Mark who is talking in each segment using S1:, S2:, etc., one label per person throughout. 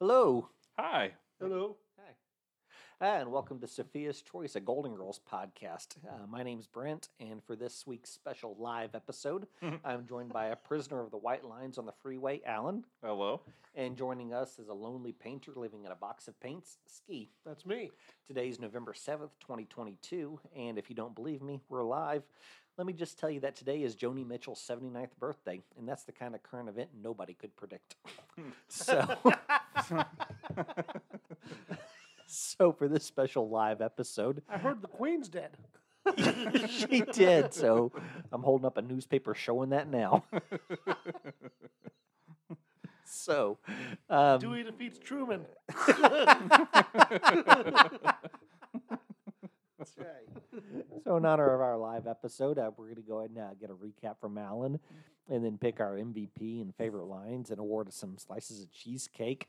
S1: Hello,
S2: Hi.
S3: Hello.
S1: and welcome to Sophia's Choice, a Golden Girls podcast. Uh, my name's Brent, and for this week's special live episode, I'm joined by a prisoner of the white lines on the freeway, Alan,
S2: Hello.
S1: and joining us is a lonely painter living in a box of paints, Ski.
S3: That's me.
S1: Today's November 7th, 2022, and if you don't believe me, we're live. Let me just tell you that today is Joni Mitchell's 79th birthday, and that's the kind of current event nobody could predict. so, so for this special live episode,
S3: I heard the Queen's dead.
S1: she did. So I'm holding up a newspaper showing that now. so, um,
S3: Dewey defeats Truman.
S1: So, in honor of our live episode, uh, we're going to go ahead and uh, get a recap from Alan and then pick our MVP and favorite lines and award some slices of cheesecake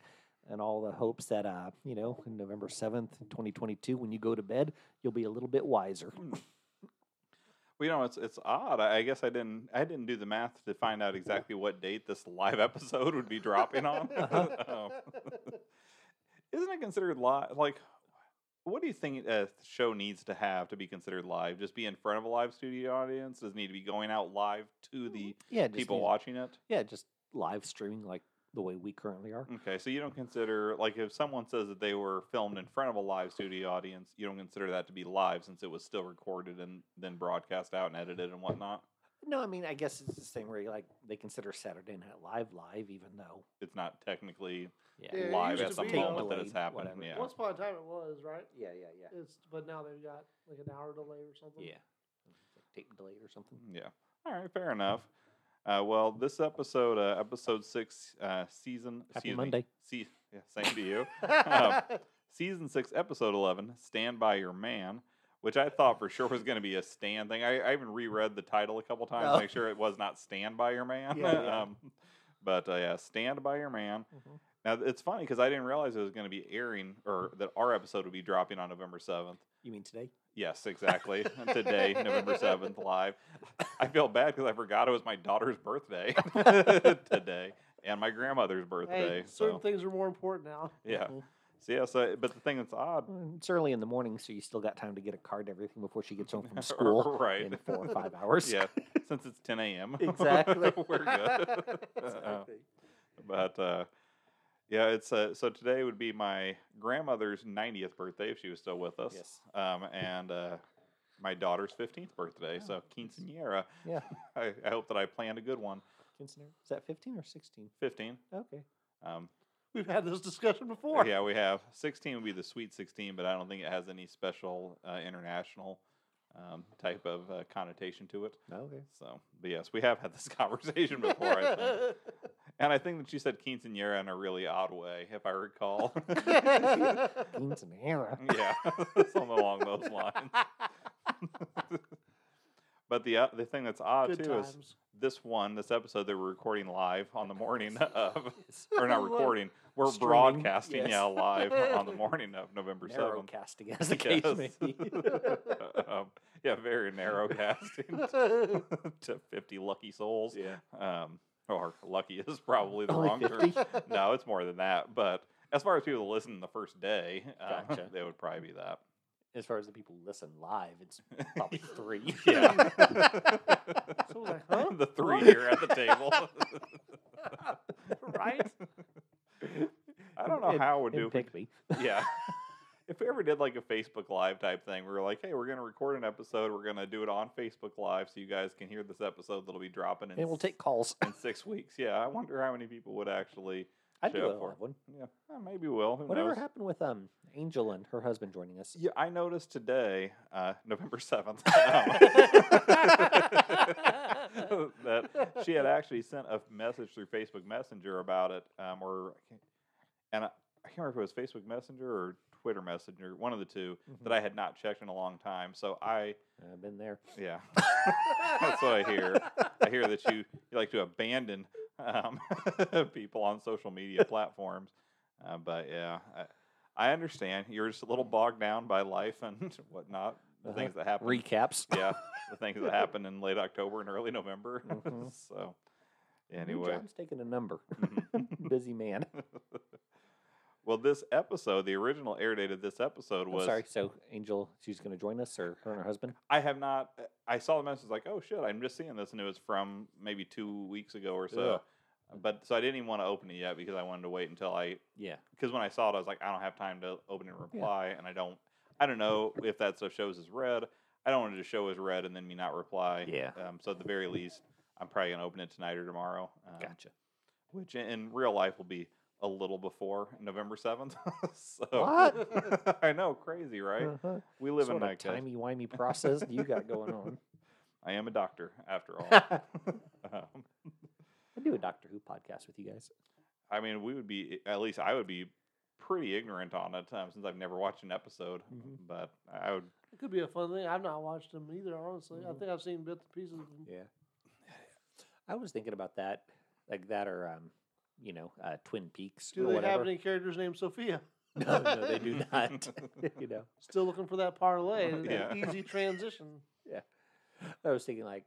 S1: and all the hopes that, uh, you know, in November 7th, 2022, when you go to bed, you'll be a little bit wiser.
S2: Well, you know it's it's odd. I, I guess I didn't I didn't do the math to find out exactly what date this live episode would be dropping on. Um, Isn't it considered live? Like, what do you think a show needs to have to be considered live? Just be in front of a live studio audience? Does it need to be going out live to the
S1: Yeah, just
S2: people
S1: need-
S2: watching it?
S1: Yeah, just live streaming like the way we currently are.
S2: Okay, so you don't consider like if someone says that they were filmed in front of a live studio audience, you don't consider that to be live since it was still recorded and then broadcast out and edited and whatnot.
S1: No, I mean, I guess it's the same way, like, they consider Saturday Night Live live, even though.
S2: It's not technically
S3: Yeah, it
S2: live
S3: used
S2: at
S3: to
S2: some
S3: be,
S2: moment
S1: uh,
S2: that it's happened.
S1: whatever.
S2: Yeah.
S3: Once upon a time it was, right?
S1: Yeah, yeah, yeah.
S3: It's but now they've got like an hour delay or something.
S1: Yeah. Tape delayed or something.
S2: Yeah. All right. Fair enough. Uh, well, this episode, uh, episode six, uh, season.
S1: Happy
S2: excuse me,
S1: Monday.
S2: se- yeah, same to you. Um, season six, episode eleven. Stand by your man, which I thought for sure was going to be a stand thing. I, I even reread the title a couple times
S1: Oh.
S2: to make sure it was not stand by your man.
S3: Yeah, yeah.
S2: um, but uh, yeah, stand by your man.
S1: Mhm.
S2: Now it's funny because I didn't realize it was going to be airing or that our episode would be dropping on November seventh.
S1: You mean today?
S2: Yes, exactly. Today, November 7th, live. I feel bad because I forgot it was my daughter's birthday today and my grandmother's birthday.
S3: Hey, certain
S2: so,
S3: things are more important now.
S2: yeah.
S1: Mhm.
S2: So, yeah, so, but the thing that's odd,
S1: Well, Um, It's early in the morning, so you still got time to get a card to everything before she gets home from school
S2: right.
S1: in four or five hours.
S2: yeah, since it's 10 a.m.,
S1: Exactly.
S2: we're good. Uh, but, uh, yeah, it's uh, so today would be my grandmother's 90th birthday if she was still with us.
S1: Yes.
S2: Um, and uh, my daughter's 15th birthday, so quinceanera.
S1: Oh, Yeah.
S2: I, I hope that I planned a good one.
S1: Kinsner. Is that 15 or 16?
S2: 15.
S1: Okay.
S2: Um,
S3: We've had this discussion before.
S2: Yeah, we have. 16 would be the sweet 16, but I don't think it has any special uh, international um, type of uh, connotation to it.
S1: Okay.
S2: So, but yes, we have had this conversation before, I think. And I think that she said quinceanera in a really odd way, if I recall.
S1: Kinsner.
S2: yeah, something along those lines. but the, uh, the thing that's odd,
S3: Good
S2: too, is
S3: times.
S2: this one, this episode that we're recording live on the morning of, or not
S3: Live.
S2: recording, we're
S1: Streaming,
S2: broadcasting
S1: yes.
S2: yeah live on the morning of November seventh.
S1: Narrowcasting, as the case may
S2: Yes.
S1: be.
S2: um, yeah, very narrow casting to fifty lucky souls.
S1: Yeah.
S2: Um, or lucky is probably the
S1: Only
S2: wrong term. No, it's more than that. But as far as people that listen the first day, uh,
S1: Gotcha.
S2: they would probably be that.
S1: As far as the people who listen live, it's probably three.
S2: Yeah.
S3: Someone's like, huh?
S2: the three here at the table.
S3: right?
S2: I don't know
S1: And-
S2: how it would
S1: and
S2: do if we
S1: Pick me.
S2: yeah. If we ever did like a Facebook Live type thing, we were like, hey, we're going to record an episode. We're going to do it on Facebook Live so you guys can hear this episode that'll be dropping in,
S1: And we'll
S2: s-
S1: take calls.
S2: in six weeks. Yeah, I wonder how many people would actually.
S1: I'd do
S2: Show
S1: a
S2: for it.
S1: live one.
S2: Yeah, eh, maybe we'll. Who
S1: Whatever
S2: knows?
S1: happened with um Angel and her husband joining us?
S2: Yeah, I noticed today, uh, November 7th, um, that she had actually sent a message through Facebook Messenger about it, um, or I can't- and I, I can't remember if it was Facebook Messenger or Twitter Messenger, one of the 2 that I had not checked in a long time. So I,
S1: Mm-hmm. I've been there.
S2: yeah, that's what I hear. I hear that you, you like to abandon um, people on social media platforms. Uh, but yeah, I, I understand. You're just a little bogged down by life and whatnot, the
S1: Uh-huh.
S2: things that happen.
S1: Recaps.
S2: yeah, the things that happen in late October and early November.
S1: Mhm.
S2: so,
S1: New
S2: anyway.
S1: job's taking a number.
S2: Mhm.
S1: Busy man.
S2: Well, this episode, the original air date of this episode
S1: I'm
S2: was.
S1: sorry. So Angel, she's going to join us, or her and her husband.
S2: I have not. uh, I saw the message like, oh shit, I'm just seeing this, and it was from maybe two weeks ago or so.
S1: Ugh.
S2: But so I didn't even want to open it yet because I wanted to wait until I
S1: Yeah.
S2: because when I saw it, I was like, I don't have time to open and reply, and I don't, I don't know if that stuff shows as red. I don't want it to show as red and then me not reply.
S1: Yeah.
S2: Um, so at the very least, I'm probably gonna open it tonight or tomorrow. Um,
S1: Gotcha.
S2: Which in, in real life will be a little before November seventh. so
S1: What?
S2: I know, crazy, right?
S1: Uh-huh.
S2: We live in
S1: Sort of
S2: that
S1: timey wimey process do you got going on.
S2: I am a doctor after all.
S1: I
S2: um,
S1: do a Doctor Who podcast with you guys.
S2: I mean, we would be at least I would be pretty ignorant on it um, since I've never watched an episode,
S1: Mhm.
S2: but I would
S3: It could be a fun thing. I've not watched them either, honestly. I
S1: Mhm.
S3: think I've seen bits and pieces of them.
S1: Yeah. I was thinking about that, like that, or um, you know, uh, Twin Peaks.
S3: Do
S1: or
S3: they
S1: whatever.
S3: have any characters named Sophia?
S1: no, no, they do not. you know,
S3: Still looking for that parlay.
S1: Uh-huh.
S3: that
S2: Yeah.
S3: Easy transition.
S1: I was thinking like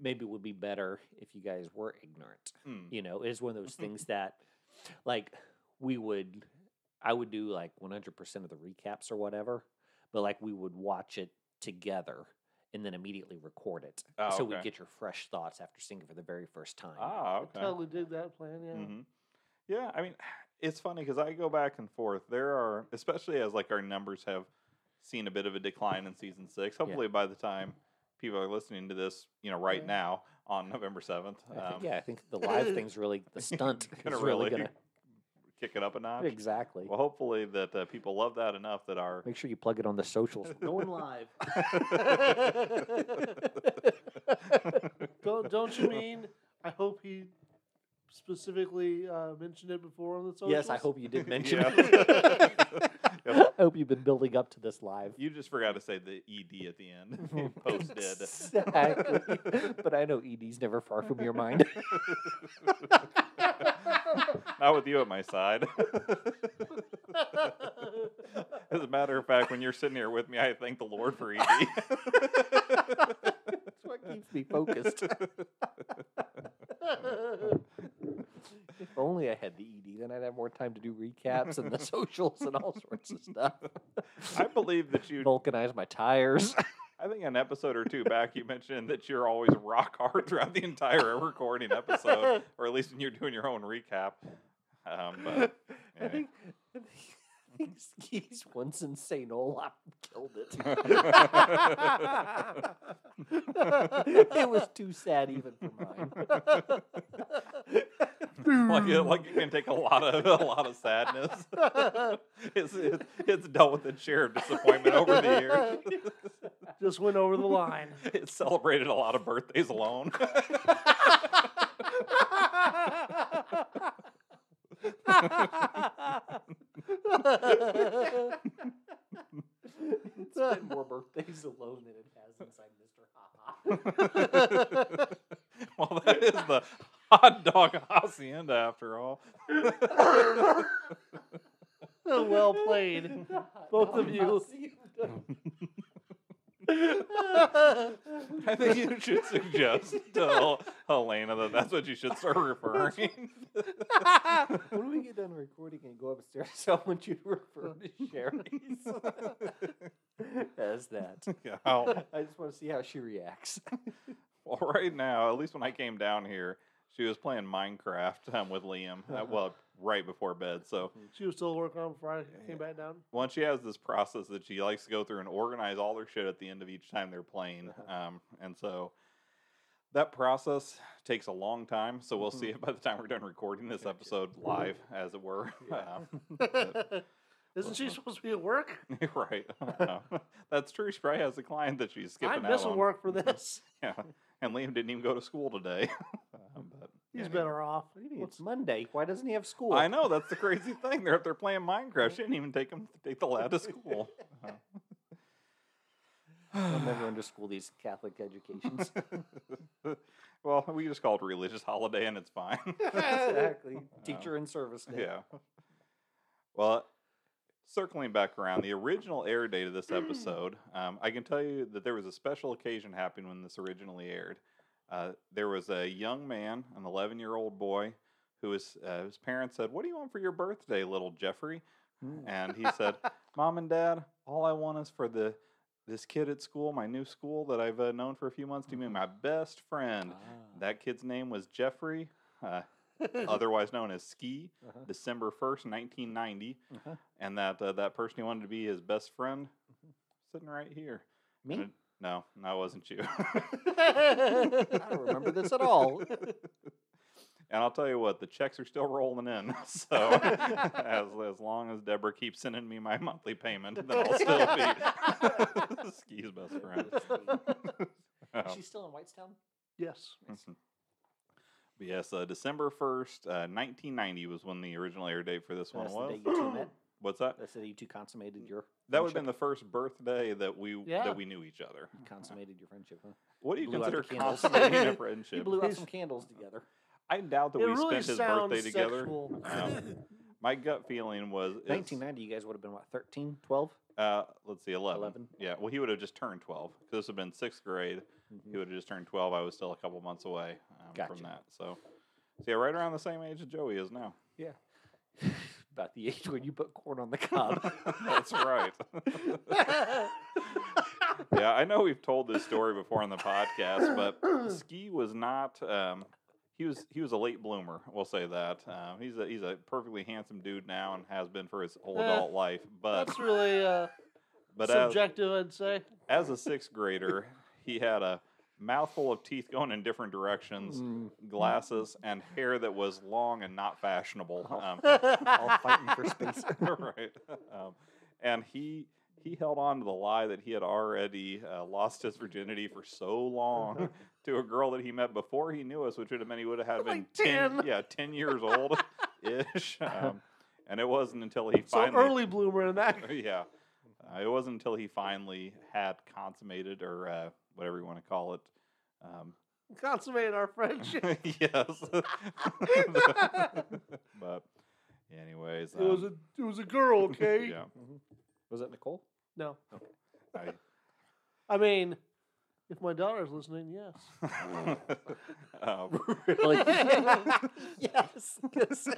S1: maybe it would be better if you guys were ignorant.
S2: hmm.
S1: You know, it's one of those things that, like, we would, I would do like 100% of the recaps or whatever, but like we would watch it together and then immediately record it,
S2: Oh,
S1: so we
S2: okay.
S1: get your fresh thoughts after seeing it for the very first time.
S2: Ah, okay.
S1: Uh-huh.
S3: I totally dig that plan, yeah.
S2: hmm Yeah, I mean, it's funny because I go back and forth. There are, especially as like our numbers have seen a bit of a decline in season six. Hopefully, by the time people are listening to this, you know, right
S3: Yeah.
S2: now on November seventh, um,
S1: I think, yeah, I think the live thing's really the stunt
S2: gonna
S1: is really,
S2: really
S1: gonna
S2: kick it up a notch.
S1: exactly.
S2: Well, hopefully that uh, people love that enough that our
S1: Make sure you plug it on the socials. We're Going live. Mm-hmm.
S3: Don't, don't you mean? I hope he specifically uh, mentioned it before on the socials.
S1: Yes, I hope you did mention
S2: Yeah.
S1: it.
S2: Yep.
S1: I hope you've been building up to this live.
S2: You just forgot to say the ed at the
S1: Hmm.
S2: end. Post did.
S1: Exactly. but I know ED's never far from your mind.
S2: Not with you at my side. As a matter of fact, when you're sitting here with me, I thank the Lord for E ED.
S1: That's what keeps me focused. If only I had the ED, then I'd have more time to do recaps and the socials and all sorts of stuff.
S2: I believe that you.
S1: Vulcanize my tires.
S2: I think an episode or two back, you mentioned that you're always rock hard throughout the entire recording episode, or at least when you're doing your own recap. Um, but
S1: I
S2: yeah.
S1: think, I think, I think skis once in St. Olaf killed it. it was too sad even for mine.
S2: like, it, like it can take a lot of a lot of sadness. it's, it's it's dealt with its share of disappointment over the years.
S3: Just went over the line.
S2: it celebrated a lot of birthdays alone.
S1: It's been more birthdays alone than it has inside Mr. Haha.
S2: well, that is the hot dog hacienda after all.
S3: well played. Both of you.
S2: I think you should suggest to Hel- Helena that that's what you should start referring.
S1: when we get done recording and go upstairs, I want you to refer to Sherry's as that.
S2: Yeah.
S1: I just want to see how she reacts.
S2: Well, right now, at least when I came down here, she was playing Minecraft um, with Liam. Uh, well, right before bed. So
S3: She was still working on Friday. Came back down.
S2: once she has this process that she likes to go through and organize all their shit at the end of each time they're playing,
S1: Uh-huh.
S2: um, and so that process takes a long time. So we'll
S1: Mhm.
S2: see it by the time we're done recording this
S1: Gotcha.
S2: episode live, as it were.
S1: Yeah.
S2: Um,
S3: Isn't she supposed to be at work?
S2: right. Uh, that's true. She probably has a client that she's skipping
S3: I'm
S2: out
S3: missing
S2: on.
S3: work for this.
S2: Yeah. And Liam didn't even go to school today. Um, but
S3: He's
S2: anyway.
S3: better off.
S1: It's Monday. Why doesn't he have school?
S2: I know that's the crazy thing. They're up there playing Minecraft. She didn't even take them take the lad to school.
S1: I'll never under school these Catholic educations.
S2: well, we just call it a religious holiday, and it's fine.
S1: exactly. Teacher in service day.
S2: Oh. yeah. Well, circling back around, the original air date of this episode, um, I can tell you that there was a special occasion happening when this originally aired. Uh, there was a young man, an 11 year old boy, who his uh, his parents said, "What do you want for your birthday, little Jeffrey?"
S1: Hmm.
S2: And he said, "Mom and Dad, all I want is for the this kid at school, my new school that I've uh, known for a few months, to be my best friend."
S1: Ah.
S2: That kid's name was Jeffrey, uh, otherwise known as Ski,
S1: Uh-huh.
S2: December first, nineteen ninety,
S1: Uh-huh.
S2: and that uh, that person he wanted to be his best friend, sitting right here. And
S1: Mm-hmm. Me?
S2: it- no, that wasn't you.
S1: I don't remember this at all.
S2: And I'll tell you what, the checks are still rolling in. So as, as long as Deborah keeps sending me my monthly payment, then I'll still be Ski's best friend.
S1: Is
S2: Um,
S1: she still in Whitestown?
S3: yes.
S2: Mhm. But yes, uh, December 1st, uh, 1990 was when the original air date for this one
S1: That's the
S2: was.
S1: day you two met.
S2: What's that?
S1: That's the day you two consummated your.
S2: That would have been
S1: friendship?
S2: the first birthday that we
S3: Yeah.
S2: that we knew each other.
S1: consummated your friendship. Huh?
S2: What do you
S1: Blew out the
S2: consider
S1: candles.
S2: consummating a
S1: You
S2: friendship?
S1: blew out
S3: He's-
S1: some candles together.
S2: I doubt that
S3: it
S2: we
S3: really
S2: spent his
S3: sounds
S2: birthday together.
S3: sexual.
S2: Um, my gut feeling was it's-
S1: 1990, you guys would have been what, 13, 12?
S2: Uh, let's see, 11.
S1: 11.
S2: Yeah, well, he would have just turned 12. 'cause This would have been sixth grade. He would have just turned 12. I was still a couple months away um,
S1: Gotcha.
S2: from that. So, so, yeah, right around the same age that Joey is now.
S1: About the age when you put corn on the cob.
S2: That's right. yeah, I know we've told this story before on the podcast, but Ski was not. Um, he was he was a late bloomer. We'll say that. Um, he's a he's a perfectly handsome dude now and has been for his whole
S3: Eh,
S2: adult life. But
S3: That's really uh,
S2: but as,
S3: subjective, I'd say.
S2: as a sixth grader, he had a mouthful of teeth going in different directions,
S1: Mm,
S2: glasses, and hair that was long and not fashionable. Um,
S1: all fighting for space.
S2: right. Um, and he he held on to the lie that he had already uh, lost his virginity for so long to a girl that he met before he knew us, which would have meant he would have had been
S3: Like 10.
S2: yeah ten years old ish. Um, and it wasn't until he
S3: so
S2: finally
S3: early bloomer in that.
S2: yeah. Uh, it wasn't until he finally had consummated, or uh, whatever you want to call it. Um,
S3: Consummated our friendship.
S2: yes. but, anyways.
S3: It was a
S2: um,
S3: it was a girl, okay?
S2: Yeah.
S1: Was it Nicole?
S3: No,
S2: I,
S3: I mean, if my daughter's listening, yes.
S2: um,
S1: Really? yes. 'cause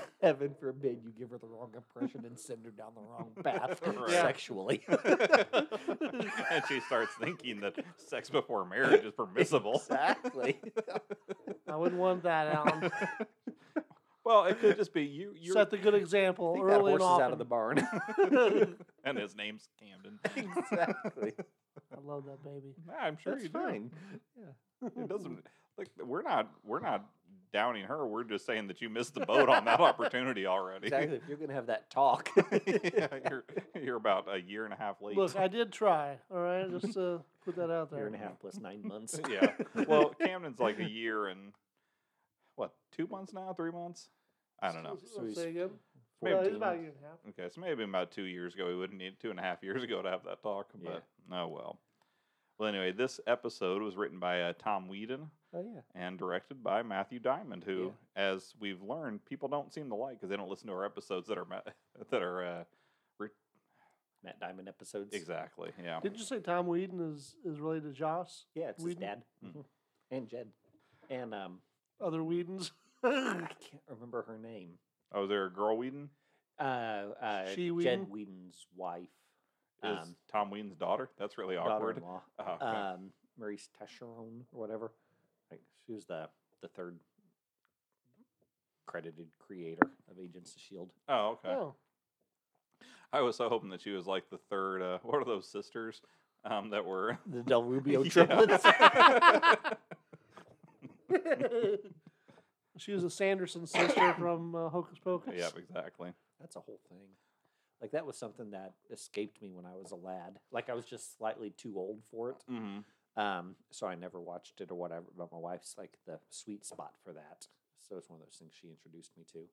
S1: Heaven forbid you give her the wrong impression and send her down the wrong path
S2: Right.
S1: sexually.
S2: and she starts thinking that sex before marriage is permissible.
S1: exactly.
S3: I wouldn't want that, Alan.
S2: Well, it could just be you. You're,
S3: Set the good example
S1: I think that
S3: early
S1: horse
S3: and
S1: is
S3: often.
S1: out of the barn.
S2: and his name's Camden.
S1: exactly.
S3: I love that baby.
S2: I'm sure
S1: That's
S2: you do.
S1: fine. Yeah.
S2: It doesn't like we're not we're not downing her. We're just saying that you missed the boat on that opportunity already.
S1: Exactly. If you're gonna have that talk,
S2: yeah, you're you're about a year and a half late.
S3: Look, I did try. All right, just to put that out there.
S1: year and a half plus nine months.
S2: yeah. Well, Camden's like a year and what? Two months now? Three months? I don't know.
S1: So
S3: So
S1: he's
S3: say again.
S2: maybe
S3: Well, it's
S1: two
S3: about a
S1: months.
S3: year and a half.
S2: Okay, so maybe about two years ago, we wouldn't need two and a half years ago to have that talk,
S1: Yeah.
S2: but oh well. Well, anyway, this episode was written by uh, Tom Whedon
S1: Oh yeah.
S2: and directed by Matthew Diamond, who, as we've learned, people don't seem to like because they don't listen to our episodes that are ma- that are uh,
S1: Matt Diamond episodes.
S2: exactly, yeah,
S3: Didn't you say Tom Whedon is is related to Joss?
S1: Yeah, it's
S3: Whedon?
S1: his dad Mhm. and Jed, and um,
S3: Other Whedons. Oh.
S1: I can't remember her name.
S2: Oh, is there a girl Whedon?
S1: Uh, uh
S3: She
S1: Jed
S3: Whedon?
S1: Whedon's wife,
S2: Is
S1: um,
S2: Tom Whedon's daughter? That's really awkward.
S1: daughter-in-law,
S2: Oh, okay.
S1: um, Maurice Tacheron or whatever. Like she was the the third credited creator of Agents of Shield.
S2: oh, okay.
S3: Oh,
S2: I was so hoping that she was like the third. Uh, what are those sisters um, that were?
S1: The Del Rubio
S2: Yeah.
S1: triplets.
S3: she was a Sanderson sister from uh, Hocus Pocus.
S2: yep, exactly.
S1: That's a whole thing. Like that was something that escaped me when I was a lad. Like I was just slightly too old for it.
S2: hmm
S1: Um, so I never watched it or whatever, but my wife's like the sweet spot for that. So it's one of those things she introduced me to. You,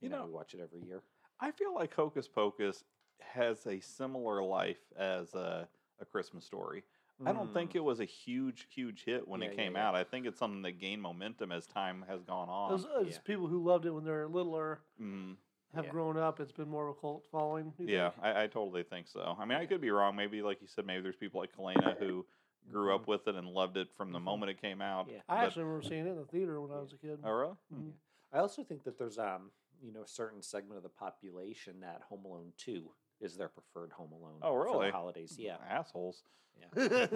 S2: You
S1: know,
S2: know-
S1: we watch it every year.
S2: I feel like Hocus Pocus has a similar life as a, a Christmas story. I don't think it was a huge, huge hit when
S1: Mm. Yeah,
S2: it
S1: yeah,
S2: came
S1: yeah.
S2: out. I think it's something that gained momentum as time has gone
S3: It
S2: on.
S3: was, it was
S1: yeah.
S3: people who loved it when they were littler
S2: mm,
S3: have
S1: Yeah.
S3: grown up. It's been more of a cult following. you think?
S2: yeah, I, I totally think so. I mean, I could be wrong. Maybe, like you said, maybe there's people like Helena who grew up with it and loved it from the
S1: Mhm.
S2: moment it came out.
S1: Mm-hmm. Yeah. Mm,
S3: I
S2: but-
S3: actually remember seeing it in the theater when I was a kid.
S2: Oh, really?
S3: Mhm.
S1: I also think that there's um, you know, a certain segment of the population that Home Alone Two is their preferred Home Alone.
S2: Oh,
S1: For
S2: really?
S1: the holidays, yeah.
S2: Assholes.
S1: yeah.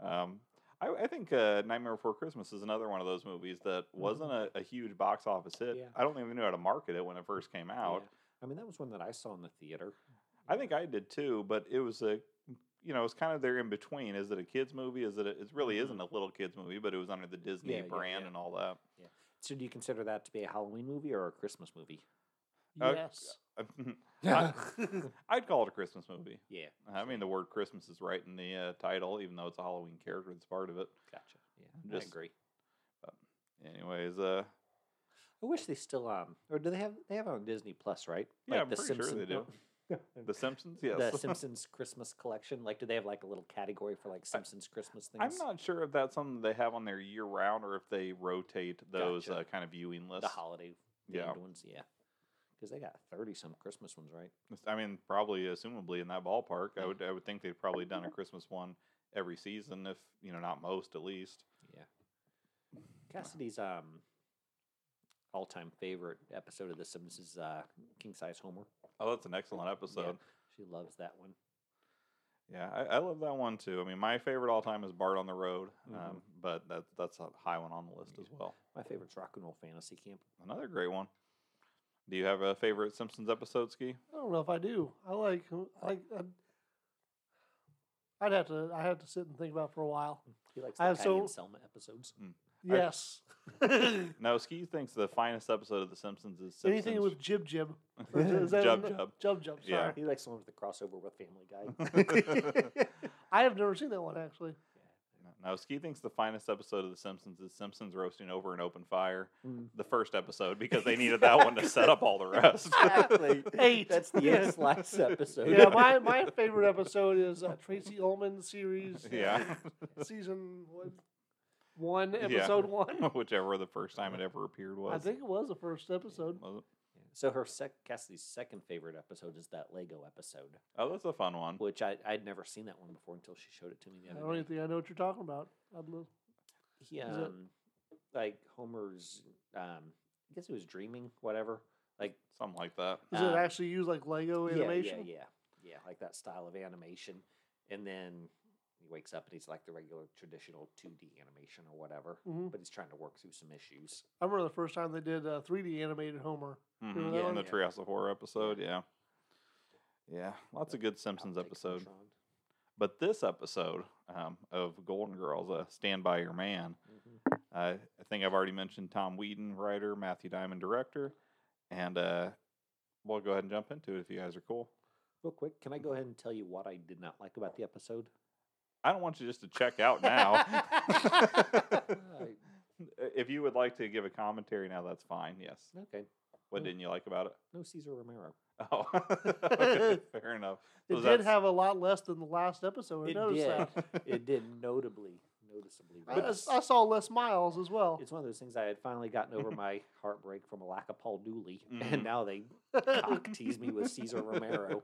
S2: um, I, I think uh, Nightmare Before Christmas is another one of those movies that wasn't a, a huge box office hit.
S1: Mm-hmm. Yeah.
S2: I don't even know how to market it when it first came out.
S1: Yeah. I mean, that was one that I saw in the theater.
S2: I think I did too, but it was a, you know, it's kind of there in between. Is it a kids movie? Is it? A, it really
S1: Mhm.
S2: isn't a little kids movie, but it was under the Disney
S1: Yeah, yeah,
S2: brand
S1: yeah.
S2: and all that.
S1: So, do you consider that to be a Halloween movie or a Christmas movie?
S2: Uh,
S3: yes.
S2: I, I'd call it a Christmas movie.
S1: Yeah,
S2: I mean, the word Christmas is right in the uh, title, even though it's a Halloween character that's part of it.
S1: gotcha. Yeah, I
S2: Just-
S1: agree.
S2: Anyways, uh,
S1: I wish they still um, or do they have they have it on Disney Plus, right?
S2: Yeah, I'm
S1: the
S2: pretty sure they
S1: Simpson-
S2: The Simpsons, yes.
S1: The Simpsons Christmas collection. Like, do they have like a little category for like Simpsons Christmas things?
S2: I'm not sure if that's something they have on their year round or if they rotate those
S1: Gotcha.
S2: uh, kind of viewing lists.
S1: the holiday
S2: Yeah.
S1: themed ones. Yeah, because they got thirty some Christmas ones, right?
S2: I mean, probably assumably in that ballpark. I would I would think they've probably done a Christmas one every season, if you know, not most at least.
S1: Yeah. Cassidy's um all time favorite episode of The Simpsons is uh, King Size Homer.
S2: Oh, that's an excellent episode.
S1: She loves that one.
S2: Yeah, I, I love that one too. I mean, my favorite all time is Bart on the Road, um,
S1: Mhm.
S2: but that that's a high one on the list as well.
S1: My favorite's Rock and Roll Fantasy Camp.
S2: Another great one. Do you have a favorite Simpsons episode, Ski?
S3: I don't know if I do. I like I like. I'd, I'd have to. I had to sit and think about it for a while.
S1: He likes the
S3: I have
S1: Patty
S3: so-
S1: and Selma episodes.
S2: I-
S3: Yes.
S2: No, Ski thinks the finest episode of The Simpsons is Simpsons.
S3: Anything with Jib Jib. Or is that-
S2: Jub Jub.
S3: Jub Jub.
S2: Yeah.
S3: Sorry.
S1: He likes the one with the crossover with Family Guy.
S3: I have never seen that one actually.
S2: Now, Ski thinks the finest episode of The Simpsons is Simpsons roasting over an open fire.
S1: Mm.
S2: The first episode, because they needed that one to set up all the rest.
S1: exactly.
S3: Eight.
S1: That's the
S3: Yeah.
S1: eighth last episode.
S3: Yeah, my, my favorite episode is uh, Tracy Ullman series. uh,
S2: yeah.
S3: Season one, one
S2: Yeah.
S3: episode one.
S2: Whichever the first time it ever appeared was.
S3: I think it was the first episode.
S2: Was it?
S1: So her sec- Cassidy's second favorite episode is that Lego episode,
S2: Oh, that's a fun one.
S1: which I I'd never seen that one before until she showed it to me the
S3: Mm-hmm. I
S1: other
S3: don't
S1: day.
S3: even think I know what you're talking about. I'd love,
S1: he
S3: Is it-
S1: um like Homer's um I guess he was dreaming, whatever. Like
S2: Something like that.
S3: does
S1: Um,
S3: it actually use like Lego
S1: yeah,
S3: animation?
S1: Yeah, yeah, yeah, like that style of animation. And then he wakes up and he's like the regular traditional 2D animation or whatever,
S3: Mhm.
S1: but he's trying to work through some issues.
S3: I remember the first time they did uh, 3D animated Homer.
S2: Mhm,
S3: that
S2: yeah, in
S3: one?
S2: the
S1: Yeah.
S2: Treehouse of Horror episode, yeah. Yeah, lots of good Simpsons
S1: Outtake
S2: episode.
S1: Voltron.
S2: But this episode um, of Golden Girls, uh, Stand By Your Man,
S1: Mhm.
S2: I I think I've already mentioned Tom Whedon, writer, Matthew Diamond, director, and uh, we'll go ahead and jump into it if you guys are cool.
S1: Real quick, can I go ahead and tell you what I did not like about the episode?
S2: I don't want you just to check out now.
S1: Uh, I-
S2: if you would like to give a commentary now, that's fine. Yes.
S1: okay,
S2: What
S1: Mm.
S2: didn't you like about it?
S1: no Caesar Romero.
S2: Oh, okay, fair enough.
S3: It
S2: So
S3: did
S2: that's-
S3: have a lot less than the last episode. I
S1: It
S3: noticed
S1: did.
S3: that.
S1: It did notably, noticeably.
S3: I,
S1: less.
S3: I saw less miles as well.
S1: It's one of those things I had finally gotten over my heartbreak from a lack of Paul Dooley,
S2: Mhm.
S3: Mm-hmm.
S1: and now they cock tease me with Caesar Romero.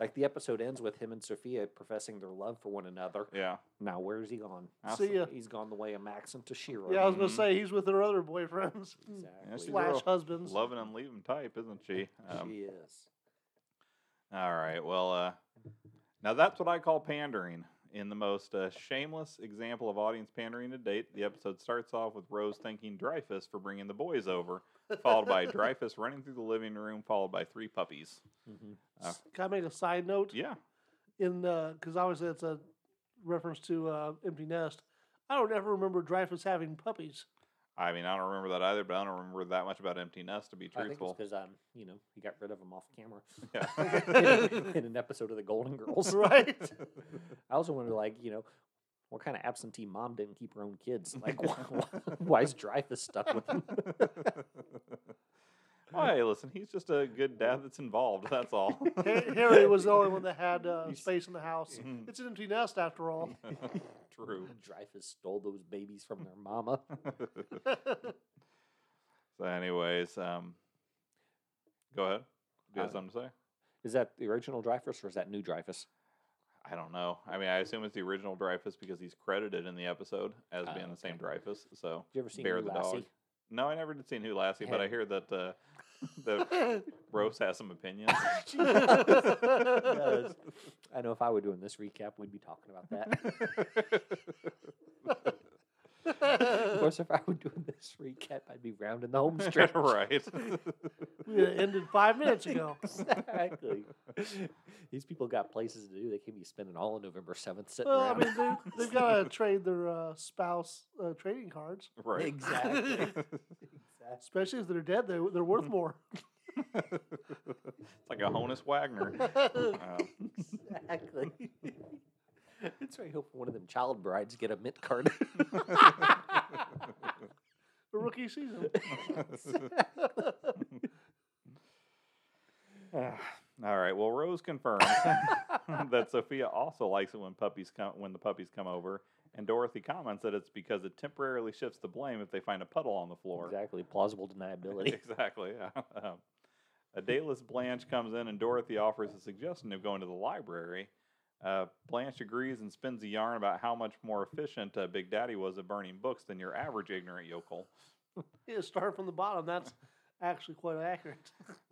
S1: Like the episode ends with him and Sophia professing their love for one another.
S2: Yeah.
S1: Now where's he gone?
S2: Awesome.
S3: See ya.
S1: He's gone the way of Max and Tashira.
S3: Yeah, I was going
S2: Mhm.
S3: to say he's with her other boyfriends
S1: exactly.
S2: she's
S1: Wow,
S2: a-
S3: slash husbands.
S2: Loving and leaving type, isn't she? Um,
S1: she is.
S2: All right. Well, uh, now that's what I call pandering. In the most uh, shameless example of audience pandering to date, the episode starts off with Rose thanking Dreyfus for bringing the boys over, followed by Dreyfus running through the living room, followed by three puppies.
S3: mm-hmm.
S1: Mhm.
S2: Uh,
S3: Can I make a side note?
S2: Yeah.
S3: in because obviously that's a reference to uh, Empty Nest. I don't ever remember Dreyfus having puppies.
S2: I mean, I don't remember that either, but I don't remember that much about Empty Nest, to be
S1: I think it's
S2: truthful.
S1: because um, you know, he got rid of him off camera
S2: Yeah.
S1: in an episode of The Golden Girls.
S3: Right.
S1: I also wonder, like, you know, what kind of absentee mom didn't keep her own kids? Like, why, why is Dreyfus stuck with him?
S2: well, hey, listen, he's just a good dad that's involved. That's all.
S3: Ha- Harry was the only one that had uh,
S1: He's-
S3: space in the house.
S2: Mhm.
S3: It's an empty nest after all.
S2: True.
S1: Dreyfus stole those babies from their mama.
S2: so, anyways, um, go ahead. Do you have
S1: Uh,
S2: something to say?
S1: Is that the original Dreyfus or is that new Dreyfus?
S2: I don't know. I mean, I assume it's the original Dreyfus because he's credited in the episode as
S4: Oh,
S2: being the same
S4: okay.
S2: Dreyfus. So
S1: you ever seen
S2: Bear
S1: Bear
S2: the Dog. No, I never did see New Lassie, but I hear that uh, the Rose has some opinions.
S1: does. I know if I were doing this recap, we'd be talking about that. of course, if I were doing this recap, I'd be rounding the home stretch.
S2: right.
S3: We had ended five minutes ago.
S1: exactly. These people got places to do. They can't be spending all of November 7th sitting
S3: Well, I
S1: around.
S3: mean, they- they've got to trade their uh, spouse uh, trading cards,
S2: right.
S1: Exactly. exactly.
S3: especially if they're dead. They, they're worth more.
S2: it's like a Honus Wagner. Um,
S1: Exactly. That's why I hope one of them child brides get a mint card.
S3: The rookie season.
S2: all right. Well, Rose confirms that Sophia also likes it when puppies come when the puppies come over, and Dorothy comments that it's because it temporarily shifts the blame if they find a puddle on the floor.
S1: exactly. Plausible deniability.
S2: Exactly. yeah. a dayless Blanche comes in, and Dorothy offers a suggestion of going to the library. Uh, Blanche agrees and spins a yarn about how much more efficient uh, Big Daddy was at burning books than your average ignorant yokel.
S3: Yeah, start from the bottom. That's actually quite accurate.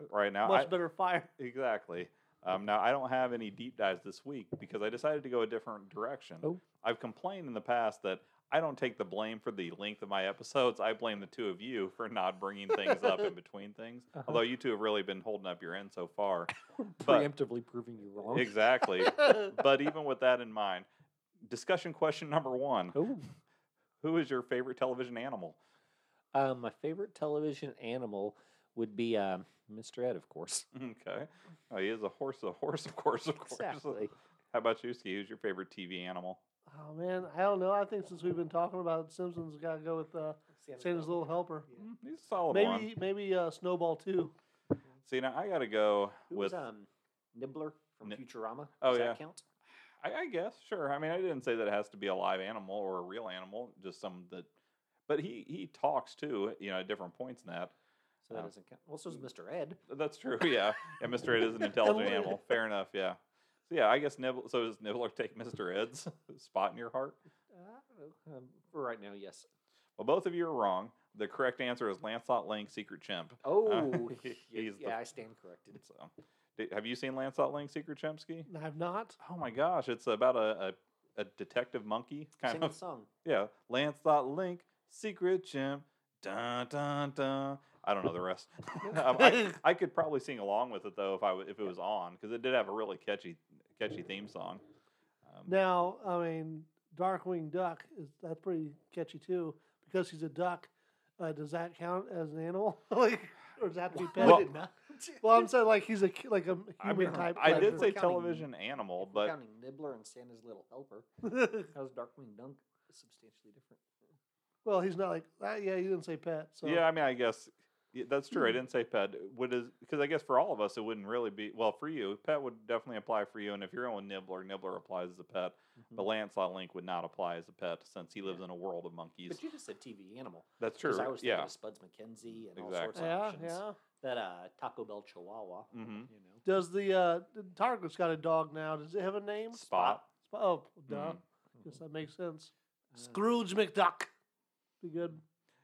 S2: Right now, I-
S3: Much better fire.
S2: Exactly. Um, now I don't have any deep dives this week because I decided to go a different direction.
S1: Oh.
S2: I've complained in the past that I don't take the blame for the length of my episodes. I blame the two of you for not bringing things up in between things.
S1: Uh-huh.
S2: Although you two have really been holding up your end so far. But
S1: Preemptively proving you wrong.
S2: exactly.
S3: Oh,
S2: but even with that in mind, discussion question number one:
S1: Ooh.
S2: Who is your favorite television animal?
S1: Um, my favorite television animal would be um, Mr. Ed, of course.
S2: Okay. Oh, he is a horse. A horse, of course, of course.
S1: Exactly.
S2: How about you, Ski? Who's your favorite TV animal?
S3: Oh man, I don't know. I think since we've been talking about Simpsons, got to go with uh, Santa's Little Helper.
S2: Mm, He's a solid one.
S3: Maybe maybe uh, Snowball too.
S2: See now, I gotta go
S1: Who's
S2: with.
S1: um, Nibbler from
S2: Ni-
S1: Futurama?
S2: Oh,
S1: Does
S2: yeah.
S1: that count?
S2: I, I guess sure. I mean, I didn't say that it has to be a live animal or a real animal. Just some that, but he he talks too. You know, at different points in that.
S1: So that
S2: Oh.
S1: doesn't count. Well, so does Mr. Ed.
S2: That's true. Yeah, yeah. Mister Ed is an intelligent
S3: Nibbler.
S2: animal. Fair enough. Yeah. So yeah, I guess Nibbler. So does Nibbler take Mister Ed's spot in your heart?
S1: Um, for right now, yes.
S2: Well, both of you are wrong. The correct answer is Lancelot Lang, Secret Chimp.
S1: Oh,
S2: he-
S1: y-
S2: he's the-
S1: yeah, I stand corrected.
S2: So, di- have you seen Lancelot Lang, Secret Chimp? Ski?
S3: And I've not.
S2: Oh my gosh, it's about a a, a detective monkey kind
S1: Sing
S2: of.
S1: the song.
S2: Yeah, Lancelot Link, Secret Chimp, dun dun dun. I don't know the rest. um, I, I could probably sing along with it though if I w- if it was on because it did have a really catchy catchy theme song. Um,
S3: Now, I mean, Darkwing Duck is that's pretty catchy too because he's a duck. Uh, does that count as an animal? like, or does that have to be
S1: Well,
S2: Well-
S3: pet?
S1: I did not.
S3: Well, I'm saying like he's a ki- like a human
S2: I mean,
S3: type.
S2: I
S3: type
S2: did
S3: of-
S2: say
S1: counting-
S2: television animal,
S1: If we're
S2: but
S1: counting Nibbler and Santa's Little Helper, how's Darkwing Dunk substantially different?
S3: well, he's not like ah, yeah. You didn't say pet. So
S2: yeah, I mean, I guess yeah, that's
S1: Mm.
S2: true. I didn't say pet. What is because I guess for all of us it wouldn't really be well for you. Pet would definitely apply for you, and if you're on with Nibbler, Nibbler applies as a pet.
S1: Mm-hmm.
S2: But
S1: Mm.
S2: Lancelot Link would not apply as a pet since he lives in a world of monkeys.
S1: But you just said TV animal.
S2: that's true.
S1: 'cause I was thinking
S2: yeah.
S1: of Spuds McKenzie and all sorts of
S3: yeah,
S1: options.
S3: yeah.
S1: That uh, Taco Bell Chihuahua.
S2: Mm-hmm.
S1: You know.
S3: Does the uh, the Target's got a dog now? Does it have a name?
S2: Spot.
S3: Sp- Oh, duh.
S2: Mhm.
S1: Mm-hmm.
S3: Guess that makes sense.
S1: Uh,
S3: Scrooge McDuck. Be good.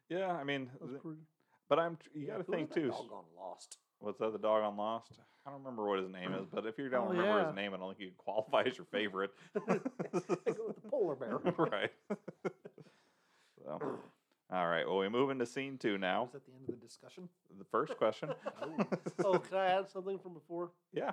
S2: Yeah, I mean,
S3: That's
S2: th-
S3: pretty.
S2: but I'm. tr- You got to
S1: who was
S2: think
S1: that
S2: too. s-
S1: dog on Lost.
S2: What's that? The dog on Lost. I don't remember what his name is, but if you don't
S3: Oh,
S2: remember
S3: yeah.
S2: his name, I don't think you qualify as your favorite.
S1: I go with the polar bear.
S2: right. so, all right. Well, we move into scene two now.
S1: Was that the end of the discussion?
S2: The first question.
S3: Oh, can I add something from before?
S2: yeah.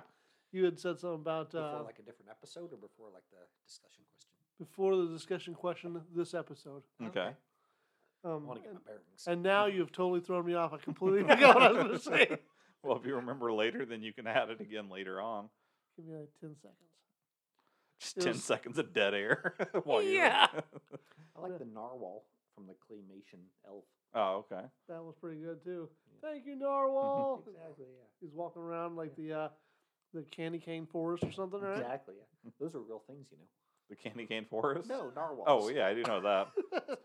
S3: You had said something about uh,
S1: before like a different episode or before like the discussion question?
S3: before the discussion question this episode.
S2: Okay.
S1: I
S3: Um,
S1: want to get
S3: and,
S1: my bearings.
S3: and now you've totally thrown me off. I completely forgot what I was going to say.
S2: Well, if you remember later, then you can add it again later on.
S3: Give me like 10 seconds.
S2: Just
S3: It
S2: ten
S3: was-
S2: seconds of dead air. while you-
S3: Yeah.
S1: I like the narwhal from the claymation elf.
S2: oh, okay.
S3: That was pretty good, too. Thank you, Narwhal.
S1: Exactly. Yeah.
S3: He's walking around like the uh, the candy cane forest or something, right?
S1: Exactly. Yeah. Those are real things, you know.
S2: The candy cane forest.
S1: No narwhals.
S2: Oh yeah, I do know that.